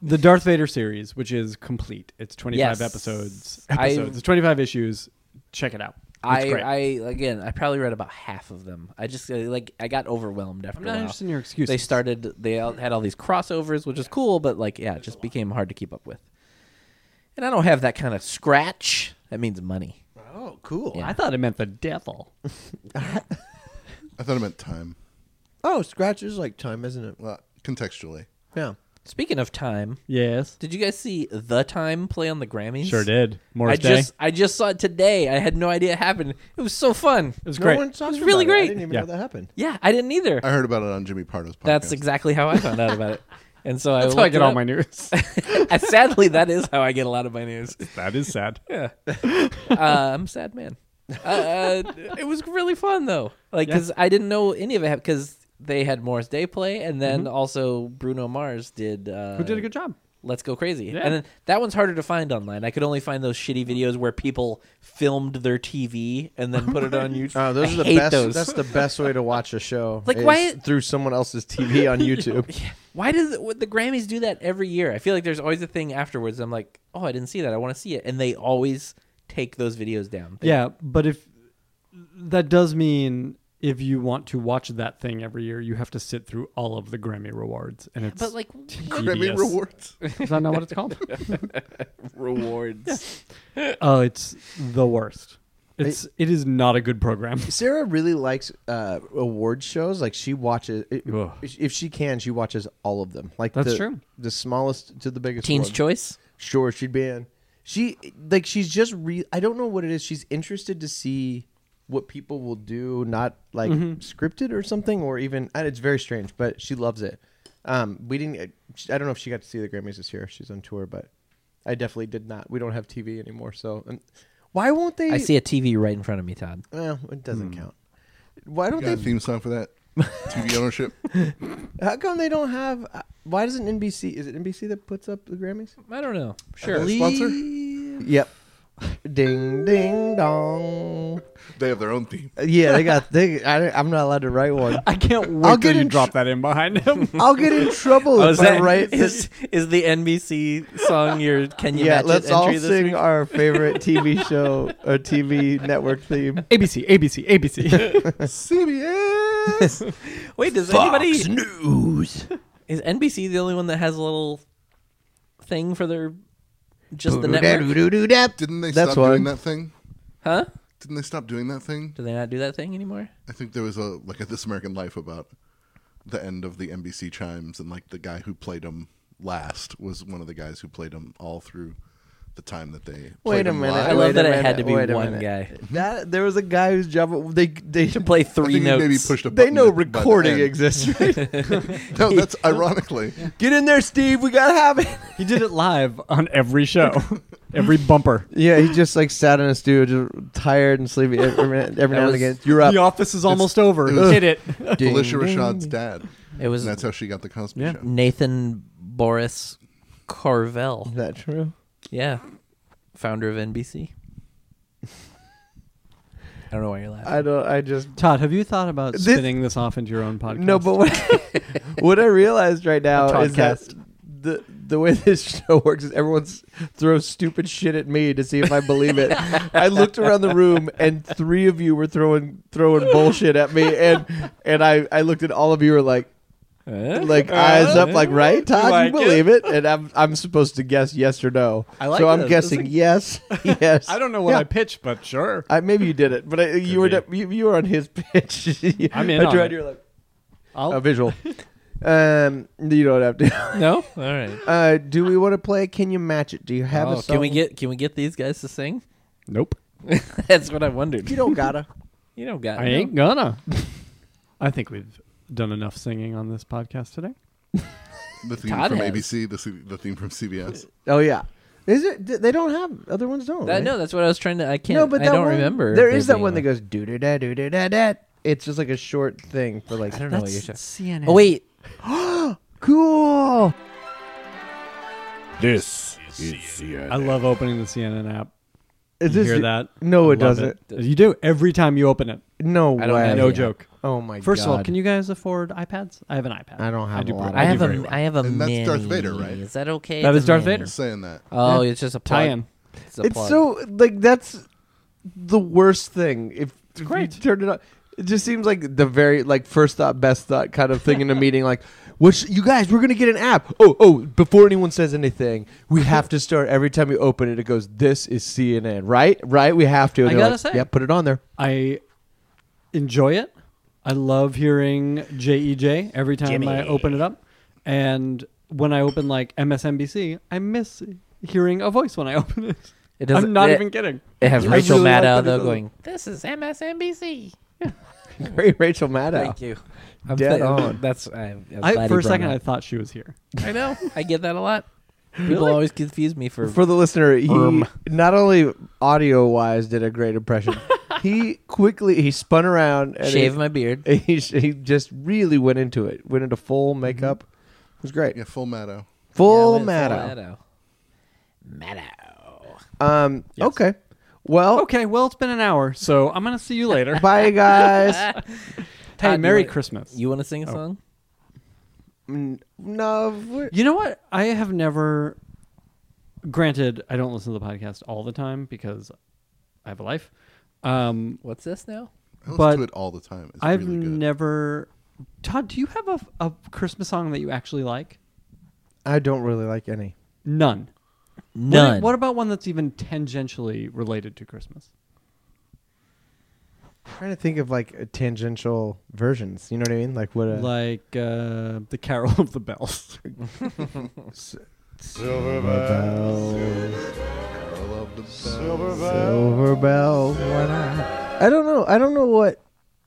Speaker 5: the Darth Vader series, which is complete. It's 25
Speaker 2: Yes.
Speaker 5: episodes.
Speaker 2: I-
Speaker 5: episodes. It's 25 issues. Check it out. It's
Speaker 2: I,
Speaker 5: great.
Speaker 2: I again, I probably read about half of them. I just uh, like I got overwhelmed after
Speaker 5: I'm
Speaker 2: a
Speaker 5: not
Speaker 2: while.
Speaker 5: interested in your excuses.
Speaker 2: They started. They all, had all these crossovers, which is cool, but like, yeah, it just became hard to keep up with. And I don't have that kind of scratch. That means money.
Speaker 3: Oh, cool.
Speaker 2: Yeah.
Speaker 5: I thought it meant the devil.
Speaker 4: I thought I meant time.
Speaker 3: Oh, Scratch is like time, isn't it?
Speaker 4: Well, contextually.
Speaker 3: Yeah.
Speaker 2: Speaking of time,
Speaker 5: Yes.
Speaker 2: did you guys see the time play on the Grammys?
Speaker 5: Sure did. Morris
Speaker 2: I
Speaker 5: Day.
Speaker 2: just I just saw it today. I had no idea it happened. It was so fun.
Speaker 5: it was
Speaker 3: No
Speaker 5: great.
Speaker 3: one talks
Speaker 2: It's really
Speaker 3: about It. I
Speaker 2: great.
Speaker 3: didn't even
Speaker 5: Yeah.
Speaker 3: know that happened.
Speaker 2: Yeah, I didn't
Speaker 5: Oh,
Speaker 2: either.
Speaker 4: I heard about it on Jimmy Pardo's podcast.
Speaker 2: That's exactly how I found out about it. And so
Speaker 5: That's
Speaker 2: I
Speaker 5: how I
Speaker 2: looked
Speaker 5: get
Speaker 2: it
Speaker 5: all
Speaker 2: up.
Speaker 5: my news.
Speaker 2: And Sadly, that is how I get a lot of my news.
Speaker 5: that is sad.
Speaker 2: Yeah, uh, I'm a sad man. Uh, uh, it was really fun though, like because I didn't know any of it because they had Morris Day play, and then also Bruno Mars did. Uh,
Speaker 5: Mm-hmm. Who did a good job?
Speaker 2: Let's Go Crazy.
Speaker 5: Yeah.
Speaker 2: And then that one's harder to find online. I could only find those shitty videos where people filmed their TV and then put it on YouTube.
Speaker 3: Oh, those
Speaker 2: I
Speaker 3: are the
Speaker 2: hate
Speaker 3: best.
Speaker 2: Those.
Speaker 3: That's the best way to watch a show.
Speaker 2: Like,
Speaker 3: is
Speaker 2: why-
Speaker 3: through someone else's TV on YouTube?
Speaker 2: Why does the, the Grammys do that every year? I feel like there's always a thing afterwards. I'm like, oh, I didn't see that. I want to see it, and they always take those videos down. They-
Speaker 5: Yeah, but if that does mean if you want to watch that thing every year, you have to sit through all of the Grammy rewards, and it's
Speaker 2: but like
Speaker 4: Grammy
Speaker 5: tedious.
Speaker 4: rewards.
Speaker 5: Is that not what it's called?
Speaker 2: rewards.
Speaker 5: oh, it's the worst. It's it is not a good program.
Speaker 3: Sarah really likes uh, award shows. Like she watches, it,
Speaker 5: Ugh.
Speaker 3: if she can, she watches all of them. Like
Speaker 5: That's
Speaker 3: the,
Speaker 5: true.
Speaker 3: The smallest to the biggest.
Speaker 2: Teen's
Speaker 3: one.
Speaker 2: Choice.
Speaker 3: Sure, she'd be in. She like she's just re. I don't know what it is. She's interested to see what people will do, not like
Speaker 2: Mm-hmm.
Speaker 3: scripted or something, or even. And it's very strange, but she loves it. Um, we didn't. I don't know if she got to see the Grammys this year. She's on tour, but I definitely did not. We don't have TV anymore, so and why won't they?
Speaker 2: I see a TV right in front of me, Todd.
Speaker 3: Well, it doesn't count. Why don't
Speaker 4: Got a
Speaker 3: they?
Speaker 4: theme song for that? TV ownership.
Speaker 3: How come they don't have? uh, Why doesn't NBC? Is it NBC that puts up the Grammys?
Speaker 2: I don't know. Sure.
Speaker 4: Sponsor?
Speaker 3: Yep. ding ding dong.
Speaker 4: They have their own theme.
Speaker 3: Uh, Yeah, they got. They, I, don't- I'm not allowed to write one.
Speaker 5: I can't wait
Speaker 3: I'll
Speaker 5: till
Speaker 3: get
Speaker 5: you
Speaker 3: in
Speaker 5: drop
Speaker 3: tr-
Speaker 5: that in behind him.
Speaker 3: I'll get in trouble
Speaker 2: Oh,
Speaker 3: if
Speaker 2: is,
Speaker 3: I
Speaker 2: that-
Speaker 3: write this.
Speaker 2: is, is the NBC song your Can You
Speaker 3: Yeah,
Speaker 2: Match It
Speaker 3: let's all
Speaker 2: entry this
Speaker 3: sing
Speaker 2: week?
Speaker 3: our favorite TV show or TV network theme.
Speaker 5: ABC, ABC, ABC.
Speaker 4: CBS.
Speaker 2: Wait, does anybody
Speaker 3: News.
Speaker 2: is NBC the only one that has a little thing for their just the network?
Speaker 3: Doo-doo-doo-dap.
Speaker 4: Didn't they
Speaker 3: That's
Speaker 4: stop
Speaker 3: one.
Speaker 4: doing that thing?
Speaker 2: Huh?
Speaker 4: Didn't they stop doing that thing?
Speaker 2: Do they not do that thing anymore?
Speaker 4: I think there was a like a This American Life about the end of the NBC chimes and like the guy who played him last was one of the guys who played him all through the time that they
Speaker 3: Wait
Speaker 4: played
Speaker 3: a
Speaker 4: him
Speaker 3: minute.
Speaker 4: live.
Speaker 2: I love
Speaker 3: wait a
Speaker 2: that it had to
Speaker 3: minute,
Speaker 2: be
Speaker 3: wait a
Speaker 2: one
Speaker 3: minute.
Speaker 2: guy.
Speaker 3: That there was a guy whose job they they
Speaker 2: To play
Speaker 4: I
Speaker 2: three
Speaker 4: think he
Speaker 2: notes.
Speaker 4: maybe pushed a
Speaker 3: they
Speaker 4: button
Speaker 3: know
Speaker 4: at- by the
Speaker 3: recording
Speaker 4: end.
Speaker 3: exists. Right?
Speaker 4: No, that's ironically.
Speaker 3: Get in there, Steve. We gotta have it.
Speaker 5: he did it live on every show, every bumper.
Speaker 3: Yeah, he just like sat in his studio, just tired and sleepy e-, every, minute- every now and
Speaker 2: was-
Speaker 3: again. You're up.
Speaker 5: The office is almost over.
Speaker 4: it was-
Speaker 5: Hit it.
Speaker 3: Ding,
Speaker 4: Felicia
Speaker 3: ding,
Speaker 4: Rashad's
Speaker 3: ding.
Speaker 4: dad.
Speaker 2: It was
Speaker 4: And that's how she got the Cosby
Speaker 5: Yeah.
Speaker 4: Show.
Speaker 2: Nathan Boris Carvel.
Speaker 3: Is that true?
Speaker 2: Yeah. Founder of NBC. I don't know why you're laughing.
Speaker 3: I don't. I just
Speaker 5: Todd, have you thought about
Speaker 3: This-
Speaker 5: spinning this off into your own podcast?
Speaker 3: No, but what, what I realized right now is that
Speaker 5: Podcast.
Speaker 3: the the way this show works is everyone s- throws stupid shit at me to see if I believe it. I looked around the room and three of you were throwing throwing bullshit at me, and and I I looked at all of you were like.
Speaker 5: Eh?
Speaker 3: Like eyes up, like right, Todd,
Speaker 5: like
Speaker 3: Uh-huh. you believe it? and I'm I'm supposed to guess yes or no.
Speaker 5: I like
Speaker 3: so I'm
Speaker 5: this. This
Speaker 3: guessing
Speaker 5: is-
Speaker 3: yes, yes.
Speaker 5: I don't know what
Speaker 3: Yeah.
Speaker 5: I pitched, but sure.
Speaker 3: I maybe you did it, but I, you were
Speaker 5: be.
Speaker 3: de- you, you were on his pitch.
Speaker 5: I'm in
Speaker 3: I
Speaker 5: on
Speaker 3: tried.
Speaker 5: it.
Speaker 3: You were like
Speaker 5: I'll,
Speaker 3: a visual. um, you don't have to.
Speaker 2: no? All right.
Speaker 3: Uh, do we want to play? Can you match it? Do you have a
Speaker 2: Oh,
Speaker 3: song?
Speaker 2: can we get can we get these guys to sing?
Speaker 5: nope.
Speaker 2: That's what I wondered.
Speaker 3: You don't gotta.
Speaker 2: You don't got
Speaker 5: I
Speaker 2: no.
Speaker 5: ain't gonna. I think we've done enough singing on this podcast today.
Speaker 4: The theme
Speaker 2: Todd
Speaker 4: from
Speaker 2: has.
Speaker 4: ABC, the, C- the theme from CBS.
Speaker 3: Oh yeah, is it? th- They don't have other ones. Don't.
Speaker 2: That,
Speaker 3: right?
Speaker 2: no, that's what I was trying to. I can't.
Speaker 3: no, but
Speaker 2: I
Speaker 3: that
Speaker 2: don't
Speaker 3: one,
Speaker 2: remember.
Speaker 3: There is that one that
Speaker 2: goes.
Speaker 3: goes doo doo da doo doo da da. It's just like a short thing for like.
Speaker 2: I don't know what you're talking.
Speaker 5: CNN.
Speaker 2: Oh wait,
Speaker 3: Cool.
Speaker 5: I love opening the CNN app.
Speaker 3: Is
Speaker 5: You
Speaker 3: this
Speaker 5: hear
Speaker 3: it?
Speaker 5: that? I
Speaker 3: No,
Speaker 5: love
Speaker 3: it doesn't.
Speaker 5: You do every time you open it.
Speaker 3: No
Speaker 2: I don't
Speaker 3: way.
Speaker 2: have
Speaker 5: No
Speaker 2: Yeah.
Speaker 5: joke.
Speaker 3: Oh my
Speaker 5: First
Speaker 3: god.
Speaker 5: of all, can you guys afford iPads? I have an iPad.
Speaker 3: I don't have
Speaker 5: do
Speaker 3: a lot.
Speaker 5: pretty-
Speaker 2: I, have
Speaker 5: do
Speaker 2: a. I
Speaker 5: very well.
Speaker 2: have a.
Speaker 4: And that's Darth
Speaker 2: mini.
Speaker 4: Vader, right?
Speaker 2: Is that okay?
Speaker 5: That
Speaker 2: It's
Speaker 5: is
Speaker 2: a
Speaker 5: Darth
Speaker 2: mini.
Speaker 5: Vader.
Speaker 4: Saying that.
Speaker 2: Oh, it's just a plug.
Speaker 5: tie-in.
Speaker 2: It's, a
Speaker 3: It's
Speaker 2: plug.
Speaker 3: so like that's the worst thing. If, if
Speaker 5: great.
Speaker 3: you turn it on, it just seems like the very like first thought, best thought kind of thing in a meeting. Like, which you guys, we're gonna get an app. Oh, oh! Before anyone says anything, we have to start every time you open it. It goes, "This is CNN." Right, right. We have to. And
Speaker 2: I
Speaker 3: they're
Speaker 2: gotta
Speaker 3: like,
Speaker 2: say.
Speaker 3: yeah, put it on there.
Speaker 5: I enjoy it. I love hearing JEJ every time I open it up. And when I open like MSNBC, I miss hearing a voice when I open it.
Speaker 2: It doesn't-
Speaker 5: I'm not
Speaker 2: it-
Speaker 5: even kidding.
Speaker 2: It has
Speaker 5: I
Speaker 2: Rachel
Speaker 5: really
Speaker 2: Maddow
Speaker 5: like that it
Speaker 2: though
Speaker 5: doesn't-
Speaker 2: going. This is MSNBC.
Speaker 3: Great, Rachel Maddow.
Speaker 2: Thank you. I'm
Speaker 3: Dead
Speaker 2: thi-
Speaker 3: on.
Speaker 2: That's. I'm, I'm glad
Speaker 5: I,
Speaker 2: he
Speaker 5: for a
Speaker 2: brought
Speaker 5: second,
Speaker 2: it
Speaker 5: I
Speaker 2: up.
Speaker 5: thought she was here.
Speaker 2: I know. I get that a lot. People always confuse me for.
Speaker 3: For the listener, he
Speaker 2: Erm.
Speaker 3: not only audio wise did a great impression. he quickly he spun around and
Speaker 2: shave
Speaker 3: he-
Speaker 2: my beard.
Speaker 3: he, sh- he just really went into it. Went into full makeup. It was great.
Speaker 4: Yeah, Full Meadow.
Speaker 3: Full
Speaker 2: Yeah,
Speaker 3: matter.
Speaker 2: Full Maddow. Maddow.
Speaker 3: Um. Okay.
Speaker 2: Oh.
Speaker 3: Well.
Speaker 5: Okay, well, it's been an hour, so I'm going to see you later.
Speaker 3: Bye, guys.
Speaker 5: hey,
Speaker 2: Todd, you
Speaker 5: Merry
Speaker 2: wanna-
Speaker 5: Christmas.
Speaker 2: You want to
Speaker 5: Oh.
Speaker 2: sing a song?
Speaker 3: no. we're-
Speaker 5: You know what? I have never. Granted, I don't listen to the podcast all the time because I have a life. Um,
Speaker 2: What's this now?
Speaker 4: I listen
Speaker 5: But
Speaker 4: to it all the time. It's
Speaker 5: I've
Speaker 4: really good.
Speaker 5: never. Todd, do you have a, a Christmas song that you actually like?
Speaker 3: I don't really like any.
Speaker 5: None. What-
Speaker 2: None.
Speaker 5: What, about one that's even tangentially related to Christmas?
Speaker 3: I'm trying to think of like uh, tangential versions. You know what I mean? Like what? A,
Speaker 5: Like uh, the Carol of the Bells.
Speaker 4: I love the
Speaker 3: Silver bell. What? I don't know. I don't know what.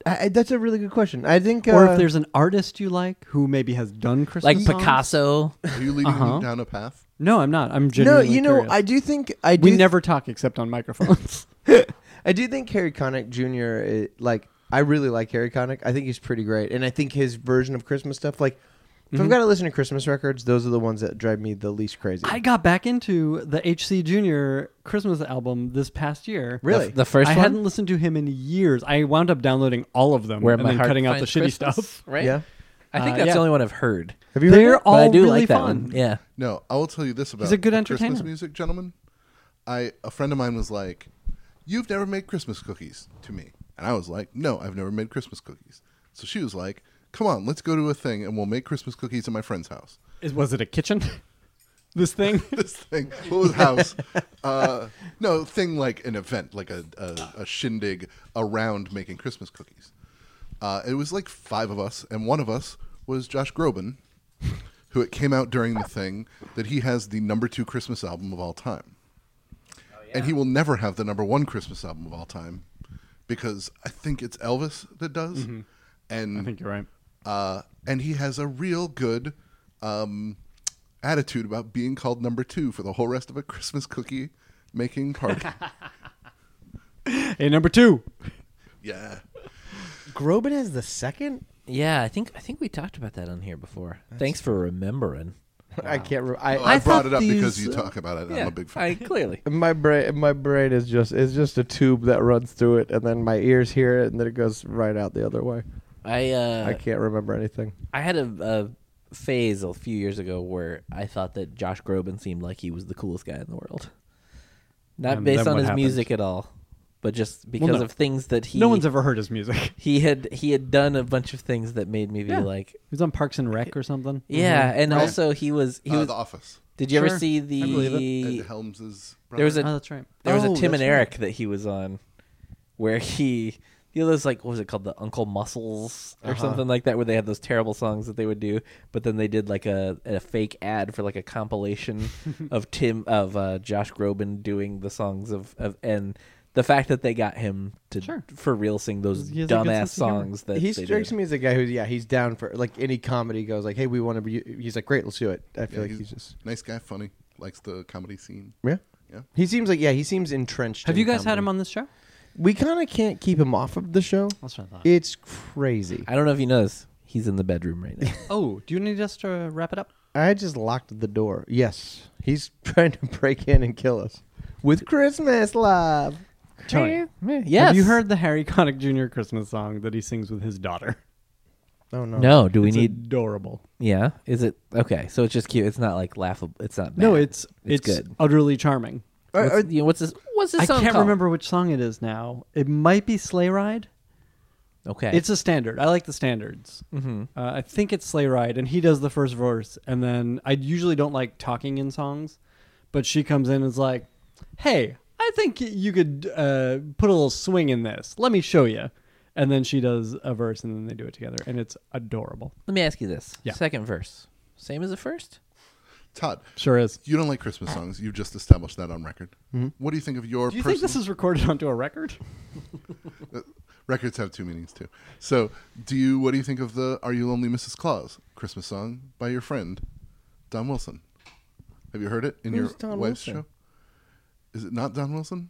Speaker 3: I, I- that's a really good question. I think. Uh,
Speaker 5: or if there's an artist you like who maybe has done Christmas
Speaker 2: Like
Speaker 5: songs?
Speaker 2: Picasso.
Speaker 4: Are you leading
Speaker 5: Uh-huh.
Speaker 4: me down a path?
Speaker 5: No, I'm not. I'm
Speaker 3: no,
Speaker 5: genuinely
Speaker 3: you know,
Speaker 5: curious.
Speaker 3: I do think I do.
Speaker 5: we
Speaker 3: th-
Speaker 5: never talk except on microphones.
Speaker 3: I do think Harry Connick Jr. is, like I really like Harry Connick. I think he's pretty great, and I think his version of Christmas stuff, like if I've got to listen to Christmas records, those are the ones that drive me the least crazy.
Speaker 5: I got back into the HC Junior Christmas album this past year.
Speaker 3: Really?
Speaker 2: The first
Speaker 5: I
Speaker 2: one.
Speaker 5: hadn't listened to him in years. I wound up downloading all of them
Speaker 2: where
Speaker 5: and
Speaker 2: my
Speaker 5: then
Speaker 2: heart
Speaker 5: cutting out the
Speaker 2: finds
Speaker 5: shitty
Speaker 2: Christmas,
Speaker 5: stuff.
Speaker 2: Right?
Speaker 3: Yeah.
Speaker 2: I
Speaker 5: Uh,
Speaker 2: think that's
Speaker 5: yeah.
Speaker 2: the only one I've heard.
Speaker 3: Have you heard
Speaker 5: They're
Speaker 3: that?
Speaker 5: all
Speaker 2: but I do
Speaker 5: really
Speaker 2: like that
Speaker 5: fun.
Speaker 2: one. Yeah.
Speaker 4: No, I will tell you this about
Speaker 5: a good
Speaker 4: the
Speaker 5: entertainer.
Speaker 4: Christmas music, gentlemen. I a friend of mine was like, "You've never made Christmas cookies to me," and I was like, "No, I've never made Christmas cookies." So she was like, "Come on, let's go to a thing and we'll make Christmas cookies at my friend's house."
Speaker 5: Is, was it a kitchen? this thing?
Speaker 4: This thing, what was house? uh, no thing like an event, like a, a a shindig around making Christmas cookies. Uh, it was like five of us, and one of us was Josh Groban, who it came out during the thing that he has the number two Christmas album of all time. And he will never have the number one Christmas album of all time because I think it's Elvis that does. And
Speaker 5: Mm-hmm. I think you're right.
Speaker 4: uh, and he has a real good um, attitude about being called number two for the whole rest of a Christmas cookie making party.
Speaker 5: Hey, number two.
Speaker 4: yeah.
Speaker 3: Groban is the second.
Speaker 2: Yeah, I think I think we talked about that on here before. Thanks for remembering.
Speaker 3: I can't. Re- I,
Speaker 4: Oh, I,
Speaker 5: I
Speaker 4: brought
Speaker 5: thought
Speaker 4: it up because
Speaker 5: these,
Speaker 4: you
Speaker 5: uh,
Speaker 4: talk about it. I'm a big fan.
Speaker 2: I clearly.
Speaker 3: my brain, my brain is just it's just a tube that runs through it, and then my ears hear it, and then it goes right out the other way.
Speaker 2: I uh,
Speaker 3: I can't remember anything.
Speaker 2: I had a, a phase a few years ago where I thought that Josh Groban seemed like he was the coolest guy in the world. Not
Speaker 5: And
Speaker 2: based
Speaker 5: then
Speaker 2: on
Speaker 5: what
Speaker 2: his
Speaker 5: happened?
Speaker 2: music at all, but just because
Speaker 5: no.
Speaker 2: of things that he
Speaker 5: no one's ever heard his music.
Speaker 2: he had he had done a bunch of things that made me be
Speaker 5: Yeah. Mm-hmm.
Speaker 2: like
Speaker 5: He was on Parks and Rec or something.
Speaker 2: yeah, and also he was he
Speaker 4: Uh,
Speaker 2: was.
Speaker 4: the Office.
Speaker 2: did you ever
Speaker 5: Sure,
Speaker 2: see
Speaker 5: believe
Speaker 4: Ed
Speaker 2: the?
Speaker 4: Helms's brother.
Speaker 2: There was a
Speaker 5: Oh, that's right.
Speaker 2: there was
Speaker 3: Oh,
Speaker 2: a Tim
Speaker 3: that's
Speaker 2: and
Speaker 3: right.
Speaker 2: Eric that he was on, where he you know those like what was it called the Uncle Muscles or
Speaker 5: Uh-huh.
Speaker 2: something like that, where they had those terrible songs that they would do, but then they did like a, a fake ad for like a compilation of Tim of uh, Josh Groban doing the songs of of and the fact that they got him to
Speaker 5: Sure.
Speaker 2: for real sing those
Speaker 5: He has a
Speaker 2: dumbass
Speaker 5: good sense of humor.
Speaker 2: songs that
Speaker 3: he
Speaker 2: they
Speaker 3: strikes
Speaker 2: did.
Speaker 3: me as a guy who's yeah he's down for like any comedy goes like hey we want to be he's like great let's do it I feel like he's, just
Speaker 4: nice guy, funny, likes the comedy scene.
Speaker 3: yeah
Speaker 4: Yeah.
Speaker 3: he seems like yeah he seems entrenched.
Speaker 5: Have
Speaker 3: in
Speaker 5: you guys had
Speaker 3: comedy.
Speaker 5: him on this show?
Speaker 3: We kind of can't keep him off of the show.
Speaker 5: That's what I thought.
Speaker 3: It's crazy.
Speaker 2: I don't know if you know this. He's in the bedroom right now.
Speaker 5: Oh, do you need us to wrap it up?
Speaker 3: I just locked the door. Yes, he's trying to break in and kill us with Christmas love.
Speaker 5: Tony,
Speaker 2: yes.
Speaker 5: Have you heard the Harry Connick Jr. Christmas song that he sings with his daughter?
Speaker 3: Oh no,
Speaker 2: No. Do we
Speaker 5: It's
Speaker 2: need?
Speaker 5: adorable.
Speaker 2: Yeah. Is it okay? So it's just cute. It's not like laughable. It's not. Bad.
Speaker 5: No, it's
Speaker 2: It's
Speaker 5: it's,
Speaker 2: good.
Speaker 5: utterly charming.
Speaker 2: What's, you know, what's this? What's this
Speaker 5: uh, I
Speaker 2: song
Speaker 5: can't
Speaker 2: called?
Speaker 5: remember which song it is now. It might be Sleigh Ride.
Speaker 2: Okay.
Speaker 5: It's a standard. I like the standards. Mm-hmm. Uh, I think it's Sleigh Ride, and he does the first verse, and then I usually don't like talking in songs, but she comes in and is like, "Hey, I think y- you could uh, put a little swing in this. Let me show you." And then she does a verse, and then they do it together, and it's adorable.
Speaker 2: Let me ask you this.
Speaker 5: Yeah.
Speaker 2: Second verse. Same as the first.
Speaker 4: Todd,
Speaker 5: Sure is.
Speaker 4: you don't like Christmas songs. You've just established that on record. What do you think of your
Speaker 5: Do you
Speaker 4: personal
Speaker 5: think this is recorded onto a record?
Speaker 4: records have two meanings too? So, do you what do you think of the "Are You Lonely, Mrs. Claus" Christmas song by your friend Don Wilson? Have you heard it in
Speaker 3: Who's
Speaker 4: your
Speaker 3: Don
Speaker 4: wife's
Speaker 3: Wilson?
Speaker 4: show? Is it not Don Wilson?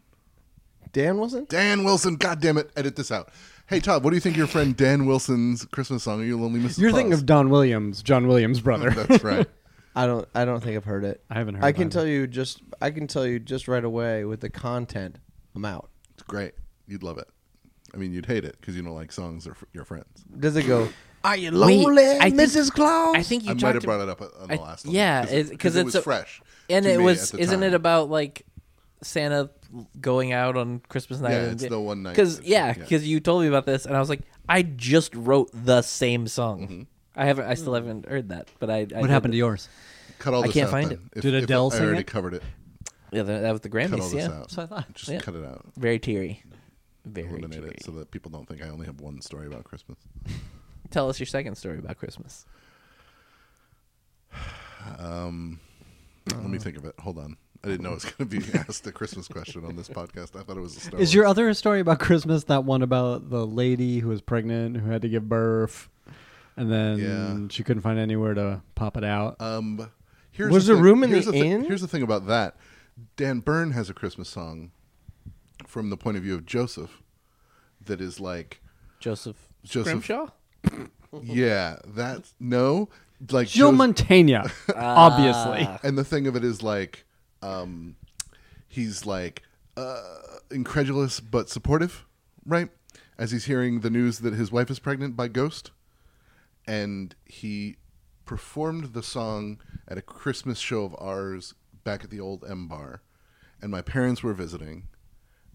Speaker 3: Dan Wilson.
Speaker 4: Dan Wilson, God damn it, edit this out. Hey Todd, what do you think of your friend Dan Wilson's Christmas song? Are you lonely, Mrs.
Speaker 5: You're
Speaker 4: Claus?
Speaker 5: thinking of Don Williams, John Williams' brother.
Speaker 4: That's right.
Speaker 3: I don't. I don't think I've heard it.
Speaker 5: I haven't heard
Speaker 3: I
Speaker 5: of
Speaker 3: can
Speaker 5: either.
Speaker 3: tell you just. I can tell you just right away with the content. I'm out.
Speaker 4: It's great. You'd love it. I mean, you'd hate it because you don't like songs or f- your friends.
Speaker 3: Does it go? Are you
Speaker 2: Wait,
Speaker 3: lonely,
Speaker 2: I think-
Speaker 3: Mrs. Claus?
Speaker 2: I think you
Speaker 4: I
Speaker 2: talked
Speaker 4: might have
Speaker 2: to-
Speaker 4: brought it up on the
Speaker 2: I-
Speaker 4: last one.
Speaker 2: yeah,
Speaker 4: because
Speaker 2: because
Speaker 4: it was
Speaker 2: a-
Speaker 4: fresh.
Speaker 2: and
Speaker 4: to
Speaker 2: it
Speaker 4: me
Speaker 2: was.
Speaker 4: at the
Speaker 2: Isn't
Speaker 4: time.
Speaker 2: it about like Santa going out on Christmas night?
Speaker 4: Yeah, it's the one night
Speaker 2: Because
Speaker 4: that she-
Speaker 2: uh, yeah,
Speaker 4: yeah.
Speaker 2: because you told me about this, and I was like, I just wrote the same song.
Speaker 4: Mm-hmm.
Speaker 2: I haven't. I still haven't heard that. But I. I
Speaker 5: what happened to yours?
Speaker 4: Cut all
Speaker 2: I
Speaker 4: this
Speaker 2: can't
Speaker 4: out
Speaker 2: find
Speaker 4: then.
Speaker 2: it.
Speaker 4: If-
Speaker 5: Did
Speaker 4: if
Speaker 5: Adele
Speaker 4: I
Speaker 5: sing
Speaker 4: already
Speaker 5: it?
Speaker 4: covered it.
Speaker 2: Yeah, that, that was the
Speaker 4: Cut all
Speaker 2: Grammys.
Speaker 4: this
Speaker 2: Yeah,
Speaker 4: out.
Speaker 2: that's what I thought.
Speaker 4: Just
Speaker 2: Yeah.
Speaker 4: cut it out.
Speaker 2: Very teary. Very
Speaker 4: Eliminate
Speaker 2: teary.
Speaker 4: it so that people don't think I only have one story about Christmas.
Speaker 2: Tell us your second story about Christmas.
Speaker 4: Let me think of it. Hold on. I didn't know it was going to be asked a Christmas question on this podcast. I thought it was a Star
Speaker 5: Is your
Speaker 4: Wars.
Speaker 5: other story about Christmas that one about the lady who was pregnant who had to give birth, and then
Speaker 4: Yeah.
Speaker 5: she couldn't find anywhere to pop it out?
Speaker 4: Um, here's
Speaker 3: Was
Speaker 4: the
Speaker 3: there
Speaker 4: thing-
Speaker 3: room in
Speaker 4: here's
Speaker 3: the
Speaker 4: thi-
Speaker 3: inn?
Speaker 4: Here's the thing about that. Dan Byrne has a Christmas song from the point of view of Joseph that is like,
Speaker 2: Joseph.
Speaker 4: Joseph-
Speaker 2: Scrimshaw?
Speaker 4: yeah, that's no, like
Speaker 5: Joe
Speaker 4: Jos-
Speaker 5: Montana, obviously.
Speaker 4: and the thing of it is like, um, he's like uh, incredulous but supportive, right? As he's hearing the news that his wife is pregnant by Ghost, and he performed the song at a Christmas show of ours back at the old M Bar, and my parents were visiting,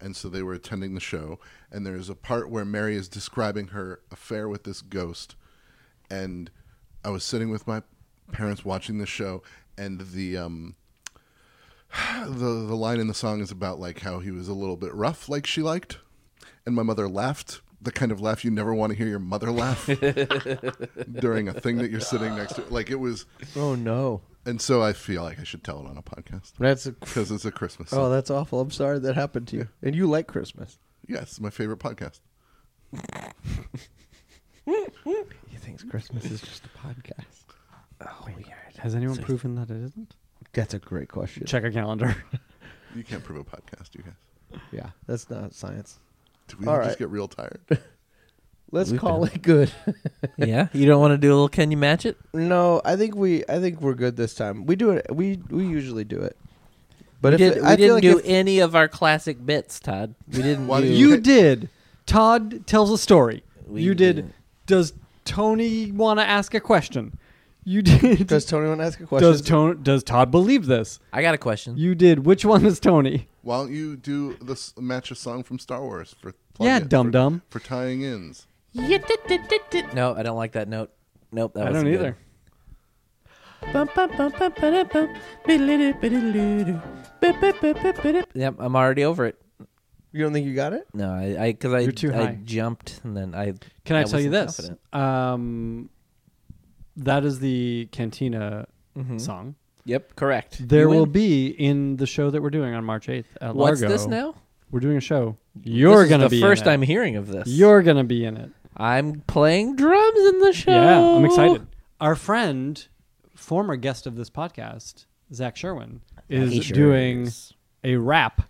Speaker 4: and so they were attending the show. And there's a part where Mary is describing her affair with this ghost, and I was sitting with my parents watching the show, and the um, the the line in the song is about like how he was a little bit rough, like she liked, and my mother laughed the kind of laugh you never want to hear your mother laugh during a thing that you're sitting next to. Like it was,
Speaker 3: oh no,
Speaker 4: and so I feel like I should tell it on a podcast
Speaker 3: that's a,
Speaker 4: because it's a Christmas.
Speaker 3: oh
Speaker 4: Song.
Speaker 3: that's awful. I'm sorry that happened to you. And you like Christmas?
Speaker 4: yes, it's my favorite podcast.
Speaker 3: He thinks Christmas is just a podcast.
Speaker 5: Has anyone proven that it isn't?
Speaker 3: That's a great question.
Speaker 5: Check a calendar.
Speaker 4: You can't prove a podcast, you guys.
Speaker 3: Yeah, that's not science.
Speaker 4: Do we
Speaker 3: All
Speaker 4: just
Speaker 3: right.
Speaker 4: get real tired?
Speaker 3: Let's
Speaker 2: We've
Speaker 3: call
Speaker 2: done
Speaker 3: it good.
Speaker 2: yeah. You don't want to do a little Can you match it?
Speaker 3: no, I think we I think we're good this time. We do it. We we usually do it. But
Speaker 2: We,
Speaker 3: if
Speaker 2: did,
Speaker 3: it-
Speaker 2: we
Speaker 3: I
Speaker 2: didn't
Speaker 3: feel like
Speaker 2: do
Speaker 3: if-
Speaker 2: any of our classic bits, Todd. We didn't.
Speaker 4: Why
Speaker 2: do,
Speaker 4: do
Speaker 5: you did. Todd tells a story.
Speaker 2: We
Speaker 5: you did.
Speaker 2: didn't.
Speaker 5: Does Tony want to ask a question? You did.
Speaker 3: does Tony want to ask a question?
Speaker 5: does, Ton- does Todd believe this?
Speaker 2: I got a question.
Speaker 5: You did. Which one is Tony?
Speaker 4: Why don't you do this match a song from Star Wars for plug
Speaker 5: Yeah,
Speaker 4: it,
Speaker 5: dum
Speaker 4: for-
Speaker 5: dum.
Speaker 4: for tying ins?
Speaker 2: No, I don't like that note. Nope, that
Speaker 5: I
Speaker 2: wasn't
Speaker 5: don't
Speaker 2: good.
Speaker 5: either.
Speaker 2: Yep, I'm already over it.
Speaker 3: you don't think you got it?
Speaker 2: No, I because I,
Speaker 5: You're too
Speaker 2: I
Speaker 5: high.
Speaker 2: jumped and then I.
Speaker 5: Can I, tell you
Speaker 2: wasn't
Speaker 5: this?
Speaker 2: confident.
Speaker 5: Um, that is the Cantina song.
Speaker 2: Yep, correct.
Speaker 5: There
Speaker 2: Mm-hmm. You
Speaker 5: will
Speaker 2: win.
Speaker 5: be in the show that we're doing on March 8th at
Speaker 2: What's
Speaker 5: Largo.
Speaker 2: this now?
Speaker 5: We're doing a show. You're
Speaker 2: This is
Speaker 5: gonna
Speaker 2: the
Speaker 5: be
Speaker 2: first
Speaker 5: in it.
Speaker 2: I'm hearing of this.
Speaker 5: You're gonna be in it.
Speaker 2: I'm playing drums in the show.
Speaker 5: Yeah, I'm excited. Our friend, former guest of this podcast, Zach Sherwin, is
Speaker 2: He sure
Speaker 5: doing
Speaker 2: is.
Speaker 5: a rap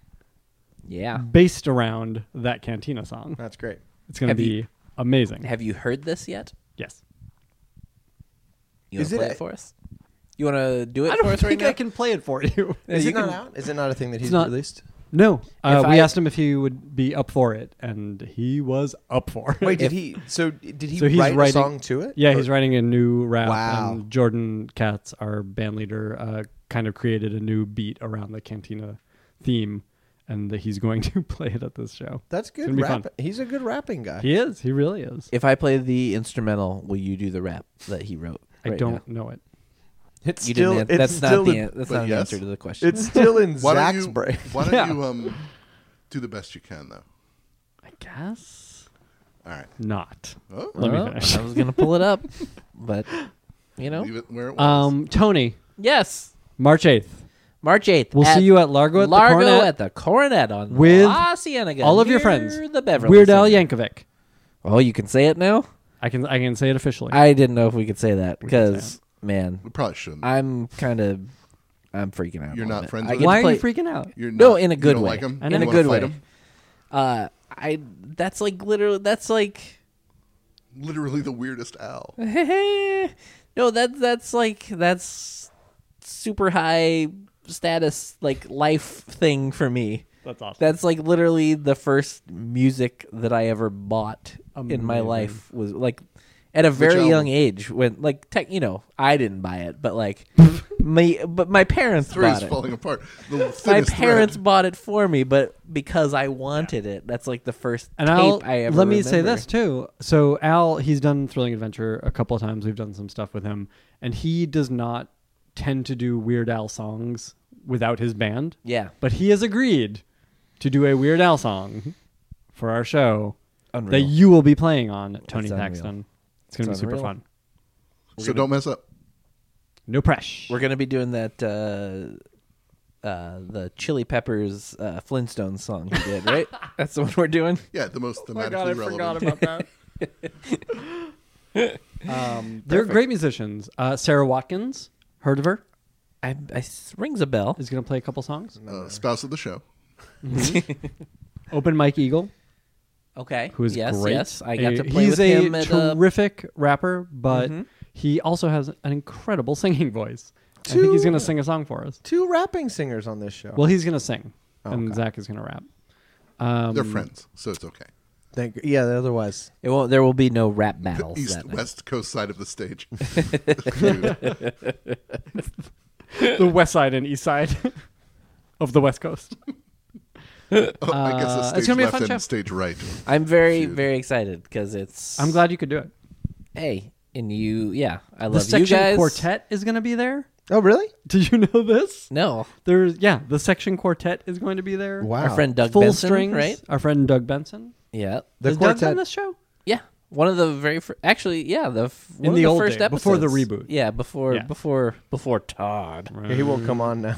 Speaker 2: Yeah.
Speaker 5: based around that Cantina song.
Speaker 3: That's great.
Speaker 5: It's gonna
Speaker 2: Have
Speaker 5: be
Speaker 2: you-
Speaker 5: amazing.
Speaker 2: Have you heard this yet?
Speaker 5: yes.
Speaker 2: You want
Speaker 3: Is
Speaker 2: to
Speaker 3: it
Speaker 2: play
Speaker 3: a-
Speaker 2: it for us? You want to do it
Speaker 5: I
Speaker 2: for
Speaker 5: don't
Speaker 2: us right
Speaker 5: think
Speaker 2: now?
Speaker 5: I can play it for you.
Speaker 3: Is
Speaker 2: you
Speaker 3: it not
Speaker 2: can-
Speaker 3: out? Is it not a thing that he's
Speaker 5: not-
Speaker 3: released?
Speaker 5: No, uh,
Speaker 2: If
Speaker 5: we
Speaker 2: I-
Speaker 5: asked him if he would be up for it, and he was up for it.
Speaker 3: Wait, did he? So did he
Speaker 5: So he's
Speaker 3: write
Speaker 5: writing-
Speaker 3: a song to it?
Speaker 5: Yeah,
Speaker 3: Or-
Speaker 5: he's writing a new rap.
Speaker 3: Wow.
Speaker 5: And Jordan Katz, our band leader, uh, kind of created a new beat around the Cantina theme, and that he's going to play it at this show.
Speaker 3: That's
Speaker 5: gonna
Speaker 3: good.
Speaker 5: be
Speaker 3: Rap.
Speaker 5: fun.
Speaker 3: He's a good rapping guy.
Speaker 5: He is. He really is.
Speaker 2: If I play the instrumental, will you do the rap that he wrote?
Speaker 5: I
Speaker 2: right
Speaker 5: don't
Speaker 2: now?
Speaker 5: know it.
Speaker 3: It's
Speaker 2: You
Speaker 3: still.
Speaker 2: didn't. an-
Speaker 3: it's
Speaker 2: that's
Speaker 3: still
Speaker 2: not the.
Speaker 3: in-
Speaker 2: an- that's
Speaker 4: but
Speaker 2: not the
Speaker 4: yes.
Speaker 2: answer to the question.
Speaker 3: It's still in
Speaker 4: Why
Speaker 3: Zach's
Speaker 4: don't you,
Speaker 3: brain.
Speaker 4: Why don't
Speaker 5: Yeah.
Speaker 4: you um, do the best you can though?
Speaker 5: I guess
Speaker 4: All right.
Speaker 5: not.
Speaker 4: Oh,
Speaker 5: Let me
Speaker 2: Well,
Speaker 5: finish.
Speaker 2: I was gonna pull it up, but you know,
Speaker 4: leave it where it was.
Speaker 5: Um, Tony,
Speaker 2: yes,
Speaker 5: March eighth.
Speaker 2: March eighth.
Speaker 5: We'll see you at Largo at
Speaker 2: Largo
Speaker 5: the Cornet.
Speaker 2: at the Coronet on
Speaker 5: With
Speaker 2: La Cienega,
Speaker 5: all of your
Speaker 2: near
Speaker 5: friends.
Speaker 2: The Beverly
Speaker 5: Weird Al
Speaker 2: Center.
Speaker 5: Yankovic.
Speaker 2: Oh, you can say it now.
Speaker 5: I can I can say it officially.
Speaker 2: I didn't know if we could say that
Speaker 5: can
Speaker 2: because man,
Speaker 4: we probably shouldn't.
Speaker 2: I'm kind of I'm freaking out.
Speaker 4: You're
Speaker 2: on
Speaker 4: not
Speaker 2: it.
Speaker 4: friends
Speaker 2: I
Speaker 4: with
Speaker 2: get
Speaker 4: him?
Speaker 5: Why
Speaker 2: to
Speaker 5: are you
Speaker 2: play-
Speaker 5: freaking out?
Speaker 4: You're
Speaker 2: No,
Speaker 4: not-
Speaker 2: in a
Speaker 4: you
Speaker 2: good
Speaker 4: don't
Speaker 2: way.
Speaker 4: Like him?
Speaker 5: In
Speaker 4: You
Speaker 5: a
Speaker 4: wanna
Speaker 2: good
Speaker 4: fight
Speaker 2: way.
Speaker 4: him?
Speaker 2: Uh, I that's like literally that's like
Speaker 4: Literally the weirdest owl.
Speaker 2: no that that's like that's super high status like life thing for me.
Speaker 5: That's awesome.
Speaker 2: That's like literally the first music that I ever bought in my
Speaker 5: Amazing.
Speaker 2: life was like at a very
Speaker 4: album?
Speaker 2: young age when like tech you know I didn't buy it but like my but my parents
Speaker 4: Three
Speaker 2: bought
Speaker 4: is
Speaker 2: it.
Speaker 4: falling apart. The
Speaker 2: my
Speaker 4: thinnest
Speaker 2: parents
Speaker 4: thread.
Speaker 2: bought it for me, but because I wanted it, that's like the first
Speaker 5: And
Speaker 2: tape
Speaker 5: I'll
Speaker 2: I ever.
Speaker 5: let me say
Speaker 2: remember.
Speaker 5: this too. So Al, he's done Thrilling Adventure a couple of times. We've done some stuff with him, and he does not tend to do Weird Al songs without his band.
Speaker 2: Yeah,
Speaker 5: But he has agreed to do a Weird Al
Speaker 2: Mm-hmm.
Speaker 5: song for our show that
Speaker 2: unreal.
Speaker 5: you will be playing on Tony
Speaker 2: unreal.
Speaker 5: Thaxton. It's gonna
Speaker 2: It's
Speaker 5: be super
Speaker 2: unreal.
Speaker 5: fun.
Speaker 4: So don't mess up.
Speaker 5: No press.
Speaker 2: We're gonna be doing that. Uh, uh, the Chili Peppers uh, Flintstones song you did, right? that's the one we're doing.
Speaker 4: Yeah, the
Speaker 5: Oh
Speaker 4: most thematically relevant.
Speaker 5: about that. um, they're great musicians. Uh, Sarah Watkins, heard of her,
Speaker 2: I, I rings a bell.
Speaker 5: is going to play a couple songs.
Speaker 4: uh, spouse of the show.
Speaker 5: Open Mike Eagle.
Speaker 2: Okay.
Speaker 5: who is
Speaker 2: yes,
Speaker 5: great.
Speaker 2: Yes, I got
Speaker 5: A-
Speaker 2: to play
Speaker 5: he's
Speaker 2: with
Speaker 5: a
Speaker 2: him at Mm-hmm. uh,
Speaker 5: terrific rapper, but he also has an incredible singing voice. I think he's going to sing a song for us.
Speaker 3: Two rapping singers on this show.
Speaker 5: Well, he's going to sing,
Speaker 2: Oh,
Speaker 5: and Zach is going to rap. Um,
Speaker 4: They're friends, so it's okay.
Speaker 3: Thank. Yeah. Otherwise,
Speaker 2: it won't. There will be no rap battles.
Speaker 4: East
Speaker 2: that night.
Speaker 4: west coast side of the stage. Oh,
Speaker 5: the West Side and East Side of the West Coast.
Speaker 4: Oh, I guess
Speaker 5: Uh, it's
Speaker 4: it's stage
Speaker 5: gonna be a
Speaker 4: left
Speaker 5: fun
Speaker 4: and
Speaker 5: show.
Speaker 4: stage right.
Speaker 2: I'm very
Speaker 4: Dude.
Speaker 2: very excited because it's.
Speaker 5: I'm glad you could do it.
Speaker 2: Hey, and you. Yeah, I
Speaker 5: The
Speaker 2: love you
Speaker 5: Section
Speaker 2: guys.
Speaker 5: Quartet is going to be there.
Speaker 3: oh really?
Speaker 5: Did you know this?
Speaker 2: No,
Speaker 5: There's yeah, the Section Quartet is going to be there.
Speaker 3: Wow.
Speaker 2: our friend Doug
Speaker 5: Full
Speaker 2: Benson,
Speaker 5: strings,
Speaker 2: right?
Speaker 5: Our friend Doug Benson.
Speaker 2: Yeah.
Speaker 3: The
Speaker 5: Is Doug on
Speaker 3: quartet.
Speaker 5: this show?
Speaker 2: Yeah, one of the very fir- actually, yeah, the f- one of
Speaker 5: the
Speaker 2: the
Speaker 5: old
Speaker 2: first
Speaker 5: day,
Speaker 2: episodes
Speaker 5: before the reboot.
Speaker 2: Yeah, before
Speaker 5: Yeah.
Speaker 2: before before Todd.
Speaker 3: Yeah, he won't come on now.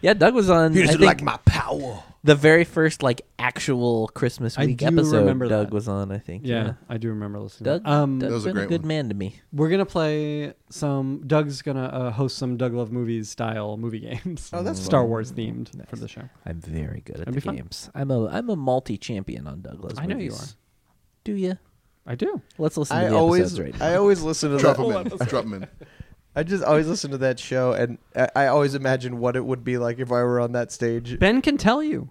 Speaker 2: Yeah, Doug was on. I think,
Speaker 3: my power.
Speaker 2: the very first like actual Christmas
Speaker 5: I
Speaker 2: week
Speaker 5: do
Speaker 2: episode
Speaker 5: remember
Speaker 2: Doug
Speaker 5: that.
Speaker 2: was on. I think.
Speaker 5: Yeah, I do remember listening. to
Speaker 2: Doug.
Speaker 5: that. Um,
Speaker 2: Doug's
Speaker 4: was a
Speaker 2: been
Speaker 4: great
Speaker 2: good
Speaker 4: one.
Speaker 2: man to me.
Speaker 5: We're gonna play some. Doug's gonna uh, host some Doug Love Movies style movie games. Oh,
Speaker 3: that's
Speaker 5: Star Wars themed for the show.
Speaker 2: I'm very good at
Speaker 5: That'd
Speaker 2: the
Speaker 5: be fun.
Speaker 2: games. I'm a I'm a multi champion on Douglas.
Speaker 5: I know you are.
Speaker 2: Do you?
Speaker 5: I do.
Speaker 2: Let's listen to
Speaker 3: I
Speaker 2: the
Speaker 3: always,
Speaker 2: episodes right now.
Speaker 3: I always listen to
Speaker 4: Drop
Speaker 3: that.
Speaker 4: them in. Drop them in.
Speaker 3: I just always listen to that show, and I, I always imagine what it would be like if I were on that stage.
Speaker 5: Ben can tell you.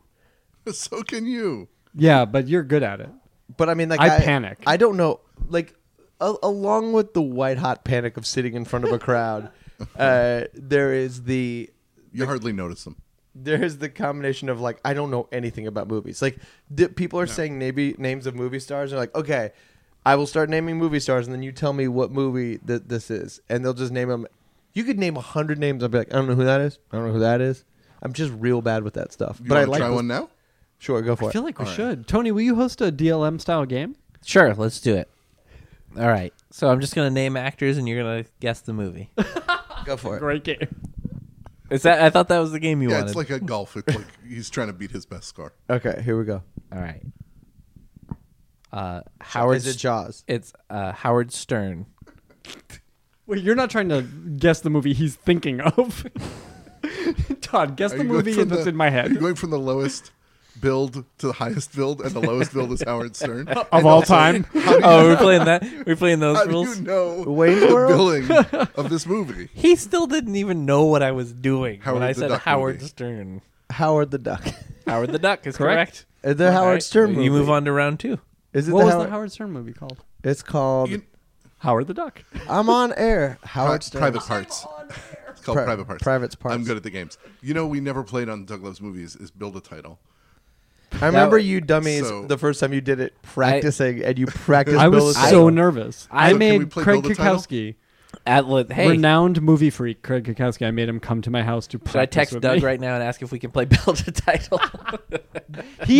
Speaker 4: So can you.
Speaker 5: Yeah, but you're good at it.
Speaker 3: But I mean, like,
Speaker 5: I panic.
Speaker 3: I don't know, like, a- along with the white hot panic of sitting in front of a crowd, uh, there is the
Speaker 4: You hardly notice them.
Speaker 3: there is the combination of like I don't know anything about movies. Like the, people are saying maybe names of movie stars. They're like, okay, I will start naming movie stars, and then you tell me what movie that this is, and they'll just name them. You could name a hundred names. I'll be like, I don't know who that is. I don't know who that is. I'm just real bad with that stuff.
Speaker 4: You
Speaker 3: but I
Speaker 4: wanna
Speaker 3: like
Speaker 4: try
Speaker 3: this-
Speaker 4: one now.
Speaker 3: Sure, go for
Speaker 5: I
Speaker 3: it.
Speaker 5: feel like we should. Tony, will you host a DLM style game?
Speaker 2: Sure, let's do it. All right. So I'm just gonna name actors, and you're gonna guess the movie.
Speaker 3: go for it.
Speaker 5: Great game.
Speaker 2: Is that? I thought that was the game you
Speaker 4: Yeah,
Speaker 2: wanted.
Speaker 4: it's like a golf. It's like he's trying to beat his best score.
Speaker 3: Okay, here we go.
Speaker 2: All right. Uh, Howard.
Speaker 3: Howard's is it Jaws?
Speaker 2: It's uh, Howard Stern.
Speaker 5: Wait, you're not trying to guess the movie he's thinking of. Todd, guess
Speaker 4: Are
Speaker 5: the
Speaker 4: you going
Speaker 5: movie
Speaker 4: from
Speaker 5: that's
Speaker 4: the-
Speaker 5: in my
Speaker 4: Are
Speaker 5: head
Speaker 4: you going from the lowest build to the highest build, and the lowest build is Howard Stern.
Speaker 5: of all time.
Speaker 2: Oh, we're playing that. We're playing those
Speaker 4: How do
Speaker 2: rules.
Speaker 4: you know
Speaker 3: Wayne's
Speaker 4: the
Speaker 3: World?
Speaker 4: billing of this movie?
Speaker 2: He still didn't even know what I was doing
Speaker 4: Howard
Speaker 2: when I
Speaker 4: the
Speaker 2: said
Speaker 4: Duck
Speaker 2: Howard
Speaker 4: movie.
Speaker 2: Stern.
Speaker 3: Howard the Duck.
Speaker 2: Howard the Duck is correct.
Speaker 5: Correct.
Speaker 3: Is the Howard
Speaker 2: All right,
Speaker 3: Stern movie.
Speaker 2: You move on to round two.
Speaker 3: Is it
Speaker 5: What
Speaker 3: the
Speaker 5: was
Speaker 3: Howard?
Speaker 5: the Howard Stern movie called?
Speaker 3: It's called
Speaker 4: You-
Speaker 5: Howard the Duck.
Speaker 3: I'm on air.
Speaker 4: Pri-
Speaker 3: Howard Stern.
Speaker 4: private parts. It's called
Speaker 3: Pri-
Speaker 4: private parts.
Speaker 3: Private's Parts.
Speaker 4: I'm good at the games. You know, we never played on Doug Loves Movies. Is build a title.
Speaker 3: I remember you dummies
Speaker 4: So-
Speaker 3: the first time you did it practicing and you practiced.
Speaker 5: I was
Speaker 3: Bill is-
Speaker 5: so nervous. I
Speaker 4: So can we
Speaker 5: made
Speaker 4: play
Speaker 5: Craig
Speaker 4: Build a Title?
Speaker 5: Kukowski,
Speaker 2: Atlet. Hey,
Speaker 5: renowned movie freak Craig Kukowski. I made him come to my house to
Speaker 2: should I
Speaker 5: practice
Speaker 2: text
Speaker 5: with
Speaker 2: Doug
Speaker 5: me.
Speaker 2: right now and ask if we can play Build a Title?
Speaker 5: He,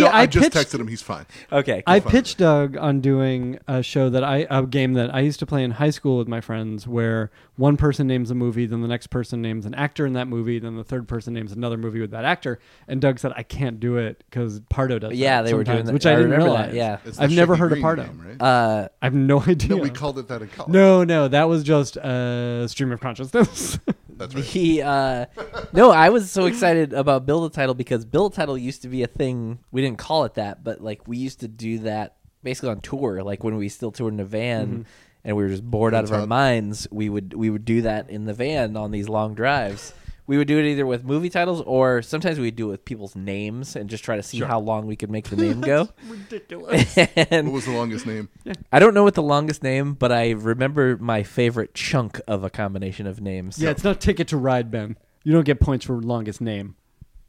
Speaker 4: no, I, just
Speaker 5: pitched,
Speaker 4: texted him. He's fine.
Speaker 2: okay.
Speaker 5: I
Speaker 4: fun.
Speaker 5: pitched Doug on doing a show that I a game that I used to play in high school with my friends, where one person names a movie, then the next person names an actor in that movie, then the third person names another movie with that actor. And Doug said, "I can't do it because Pardo does."
Speaker 2: Yeah,
Speaker 5: that
Speaker 2: they were doing
Speaker 5: sometimes,"
Speaker 2: that.
Speaker 5: which I,
Speaker 2: I
Speaker 5: didn't
Speaker 2: remember that,
Speaker 5: realize.
Speaker 2: yeah.
Speaker 4: It's the
Speaker 5: I've never
Speaker 4: Shaggy
Speaker 5: heard of
Speaker 4: Green
Speaker 5: Pardo.
Speaker 4: game, right?
Speaker 2: Uh,
Speaker 5: I have no idea.
Speaker 4: No, we called it that in college.
Speaker 5: No, no, that was just uh, stream of consciousness.
Speaker 4: that's right.
Speaker 2: the uh, no, I was so excited about Build a Title because Build a Title used to be a thing. We didn't call it that, but like we used to do that basically on tour. Like when we still toured in a van
Speaker 5: Mm-hmm.
Speaker 2: and we were just bored out of our
Speaker 4: Todd.
Speaker 2: minds, we would we would do that in the van on these long drives. We would do it either with movie titles or sometimes we'd do it with people's names and just try to see how long we could make the name go.
Speaker 5: Ridiculous.
Speaker 2: and
Speaker 4: What was the longest name?
Speaker 2: I don't know what the longest name, but I remember my favorite chunk of a combination of names.
Speaker 5: yeah, it's not Ticket to Ride, Ben. You don't get points for longest name.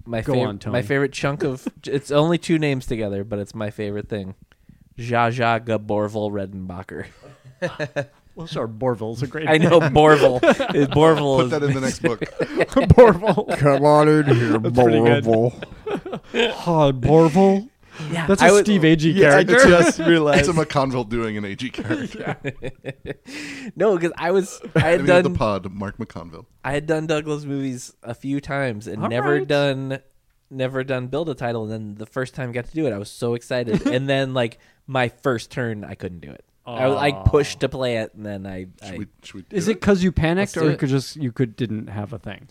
Speaker 2: my
Speaker 5: Go
Speaker 2: favorite.
Speaker 5: on, Tony.
Speaker 2: My favorite chunk of it's only two names together, but it's my favorite thing. Zsa Zsa Gaborval Redenbacher.
Speaker 5: Well, sure, Borville's a great
Speaker 2: I know Borval. It- Borval.
Speaker 4: Put
Speaker 2: is-
Speaker 4: that in the next book.
Speaker 5: Borville.
Speaker 3: Come on in here,
Speaker 5: pretty good.
Speaker 3: Borble.
Speaker 5: Oh, Borville?
Speaker 2: Yeah,
Speaker 5: That's a
Speaker 2: I would-
Speaker 5: Steve Agee
Speaker 3: Yeah, I
Speaker 5: character.
Speaker 3: just
Speaker 4: It's
Speaker 3: realized.
Speaker 4: a McConville doing an AG character.
Speaker 2: No, because I was I
Speaker 4: I
Speaker 2: had
Speaker 4: mean, the
Speaker 2: done
Speaker 4: pod, Mark McConville.
Speaker 2: I had done Douglas movies a few times and
Speaker 5: All
Speaker 2: never
Speaker 5: right.
Speaker 2: done never done build a title. And then the first time I got to do it, I was so excited. and then like my first turn, I couldn't do it. I was like pushed to play it, and then I, I
Speaker 4: Should we, should we do
Speaker 5: Is it because you panicked,
Speaker 2: Let's do
Speaker 5: or you
Speaker 2: it.
Speaker 5: could just you could didn't have a thing?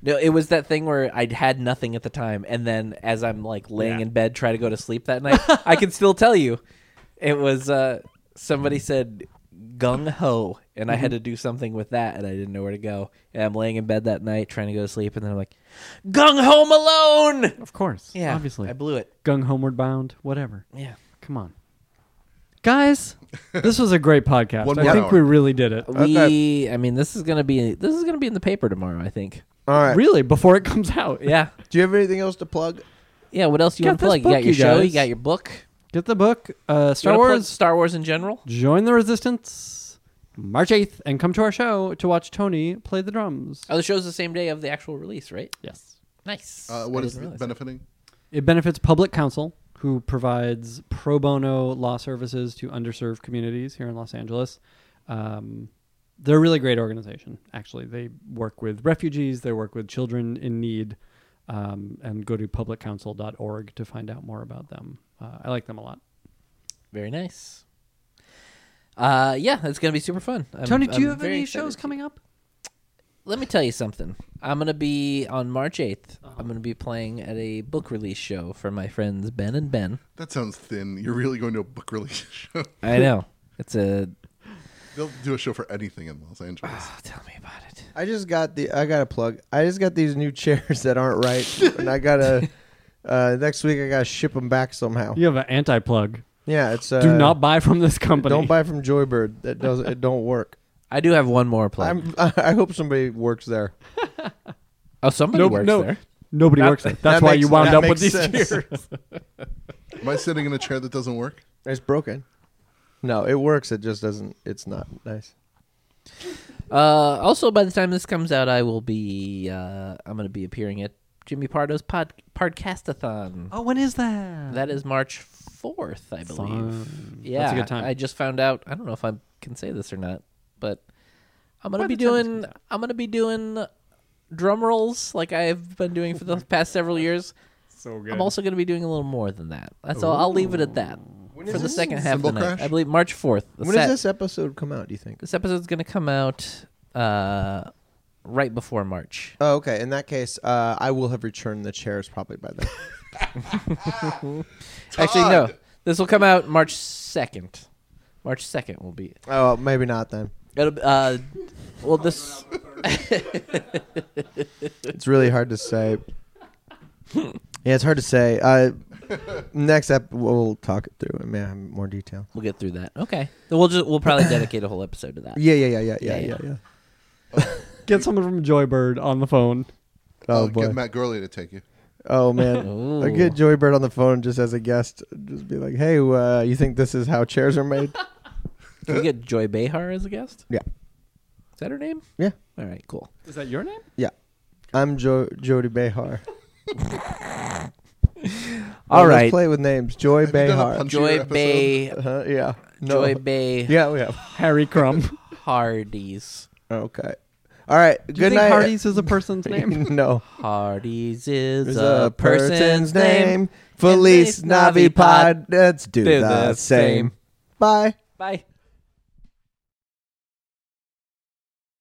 Speaker 2: No, it was that thing where I'd had nothing at the time, and then as I'm like laying
Speaker 5: Yeah.
Speaker 2: in bed, try to go to sleep that night, I can still tell you, it was uh, somebody said gung ho, and I
Speaker 5: Mm-hmm.
Speaker 2: had to do something with that, and I didn't know where to go, and I'm laying in bed that night trying to go to sleep, and then I'm like, gung ho Malone,
Speaker 5: Of course,
Speaker 2: yeah,
Speaker 5: obviously.
Speaker 2: I blew it,
Speaker 5: Gung homeward bound, whatever.
Speaker 2: yeah.
Speaker 5: Come on, guys. this was a great podcast.
Speaker 4: One
Speaker 5: I
Speaker 4: more
Speaker 5: think
Speaker 4: hour.
Speaker 5: we really did it.
Speaker 2: We, I mean, this is gonna be this is gonna be in the paper tomorrow, I think.
Speaker 3: All right.
Speaker 5: Really, before it comes out,
Speaker 2: Yeah,
Speaker 3: Do you have anything else to plug?
Speaker 2: yeah. What else do you want
Speaker 5: Got
Speaker 2: to
Speaker 5: this
Speaker 2: plug? You
Speaker 5: book,
Speaker 2: got your
Speaker 5: you
Speaker 2: show, you
Speaker 5: guys.
Speaker 2: got your book,
Speaker 5: get the book. Uh,
Speaker 2: You wanna
Speaker 5: Star
Speaker 2: plug
Speaker 5: Wars.
Speaker 2: Star Wars in general.
Speaker 5: Join the resistance, March eighth, and come to our show to watch Tony play the drums.
Speaker 2: Oh, the show's the same day of the actual release, right?
Speaker 5: Yes.
Speaker 2: Nice.
Speaker 4: Uh, what
Speaker 2: I
Speaker 4: is
Speaker 2: didn't
Speaker 4: it
Speaker 2: realize
Speaker 4: benefiting?
Speaker 5: It benefits public counsel, who provides pro bono law services to underserved communities here in Los Angeles. Um, they're a really great organization, actually. They work with refugees, they work with children in need, um, and go to publiccounsel.org to find out more about them. Uh, I like them a lot.
Speaker 2: that. Very nice. Uh, yeah, it's gonna be super fun. I'm-
Speaker 5: Tony, do you
Speaker 2: I'm
Speaker 5: have
Speaker 2: very
Speaker 5: any
Speaker 2: excited
Speaker 5: shows
Speaker 2: to-
Speaker 5: coming up?
Speaker 2: Let me tell you something. I'm gonna be on March 8th.
Speaker 5: Uh-huh.
Speaker 2: I'm gonna be playing at a book release show for my friends Ben and Ben.
Speaker 4: That sounds thin. You're really going to a book release show.
Speaker 2: I know it's a.
Speaker 4: They'll do a show for anything in Los Angeles.
Speaker 2: Oh, tell me about it.
Speaker 3: I just got the. I got a plug. I just got these new chairs that aren't right, and I gotta. Uh, next week I gotta ship them back somehow.
Speaker 5: You have an anti plug.
Speaker 3: Yeah, it's. Oh. Uh,
Speaker 5: do not buy from this company.
Speaker 3: Don't buy from Joybird. That does it. Don't work.
Speaker 2: I do have one more plug.
Speaker 3: I'm, I hope somebody works there.
Speaker 2: oh, somebody
Speaker 5: Nope,
Speaker 2: works
Speaker 5: no.
Speaker 2: there.
Speaker 5: Nobody works there. That's why
Speaker 3: makes-
Speaker 5: you wound
Speaker 3: that
Speaker 5: up
Speaker 3: makes
Speaker 5: with these
Speaker 3: sense.
Speaker 5: chairs.
Speaker 4: Am I sitting in a chair that doesn't work?
Speaker 3: It's broken. No, it works. It just doesn't. It's not nice.
Speaker 2: Uh, also, by the time this comes out, I will be. Uh, I'm gonna be appearing at Jimmy Pardo's pod podcastathon.
Speaker 5: Oh, when is that?
Speaker 2: That is March 4th, I believe.
Speaker 5: Fun.
Speaker 2: Yeah.
Speaker 5: That's a good time.
Speaker 2: I just found out. I don't know if I can say this or not, but I'm going
Speaker 5: By
Speaker 2: to be
Speaker 5: the time this
Speaker 2: doing
Speaker 5: comes out.
Speaker 2: I'm going to be doing drum rolls like I've been doing for the past several years.
Speaker 5: So good.
Speaker 2: I'm also going to be doing a little more than that. That's all. I'll leave it at that for the second half of the
Speaker 4: Cymbal
Speaker 2: night.
Speaker 4: Crash?
Speaker 2: I believe March 4th. the
Speaker 3: When does
Speaker 2: Sat-
Speaker 3: this episode come out? Do you think?
Speaker 2: This episode's going to come out uh, right before March.
Speaker 3: Oh, okay. In that case, uh, I will have returned the chairs probably by then.
Speaker 2: Actually, no. This will come out March 2nd. March 2nd will be.
Speaker 3: oh, maybe not then.
Speaker 2: It'll, be- uh, well, this.
Speaker 3: It's really hard to say. Yeah, it's hard to say. Uh, next up, we'll talk it through. I may have more detail.
Speaker 2: We'll get through that. Okay. Then We'll just we'll probably dedicate a whole episode to that.
Speaker 3: Yeah, yeah, yeah, yeah,
Speaker 2: Yeah,
Speaker 3: yeah, yeah.
Speaker 2: yeah.
Speaker 3: yeah,
Speaker 5: Get someone from Joybird on the phone.
Speaker 4: I'll
Speaker 3: Oh boy.
Speaker 4: get Matt Gurley to take you.
Speaker 3: Oh man. I get Joey Bird on the phone just as a guest. Just be like, hey, uh, you think this is how chairs are made?
Speaker 2: Can we get Joy Behar as a guest?
Speaker 3: yeah,
Speaker 2: Is that her name?
Speaker 3: yeah,
Speaker 2: All right. Cool.
Speaker 5: Is that your name?
Speaker 3: yeah. I'm jo- Jody Behar.
Speaker 2: All
Speaker 3: Let's
Speaker 2: right.
Speaker 3: play with names. Joy
Speaker 4: Have you done a
Speaker 3: Behar.
Speaker 4: punchier
Speaker 2: Joy
Speaker 4: episode?
Speaker 2: Bay.
Speaker 3: Uh-huh, yeah. No.
Speaker 2: Joy Bay.
Speaker 3: Yeah, we have.
Speaker 5: Harry Crumb.
Speaker 2: Hardy's.
Speaker 3: Okay. All right.
Speaker 5: Do you
Speaker 3: Good
Speaker 5: think
Speaker 3: night.
Speaker 5: Hardee's is a person's name?
Speaker 3: no.
Speaker 2: Hardy's is
Speaker 3: There's
Speaker 2: a, person's name.
Speaker 3: Felice Navipod. Let's do,
Speaker 2: Do
Speaker 3: the,
Speaker 2: the
Speaker 3: same.
Speaker 2: same.
Speaker 3: Bye.
Speaker 2: Bye.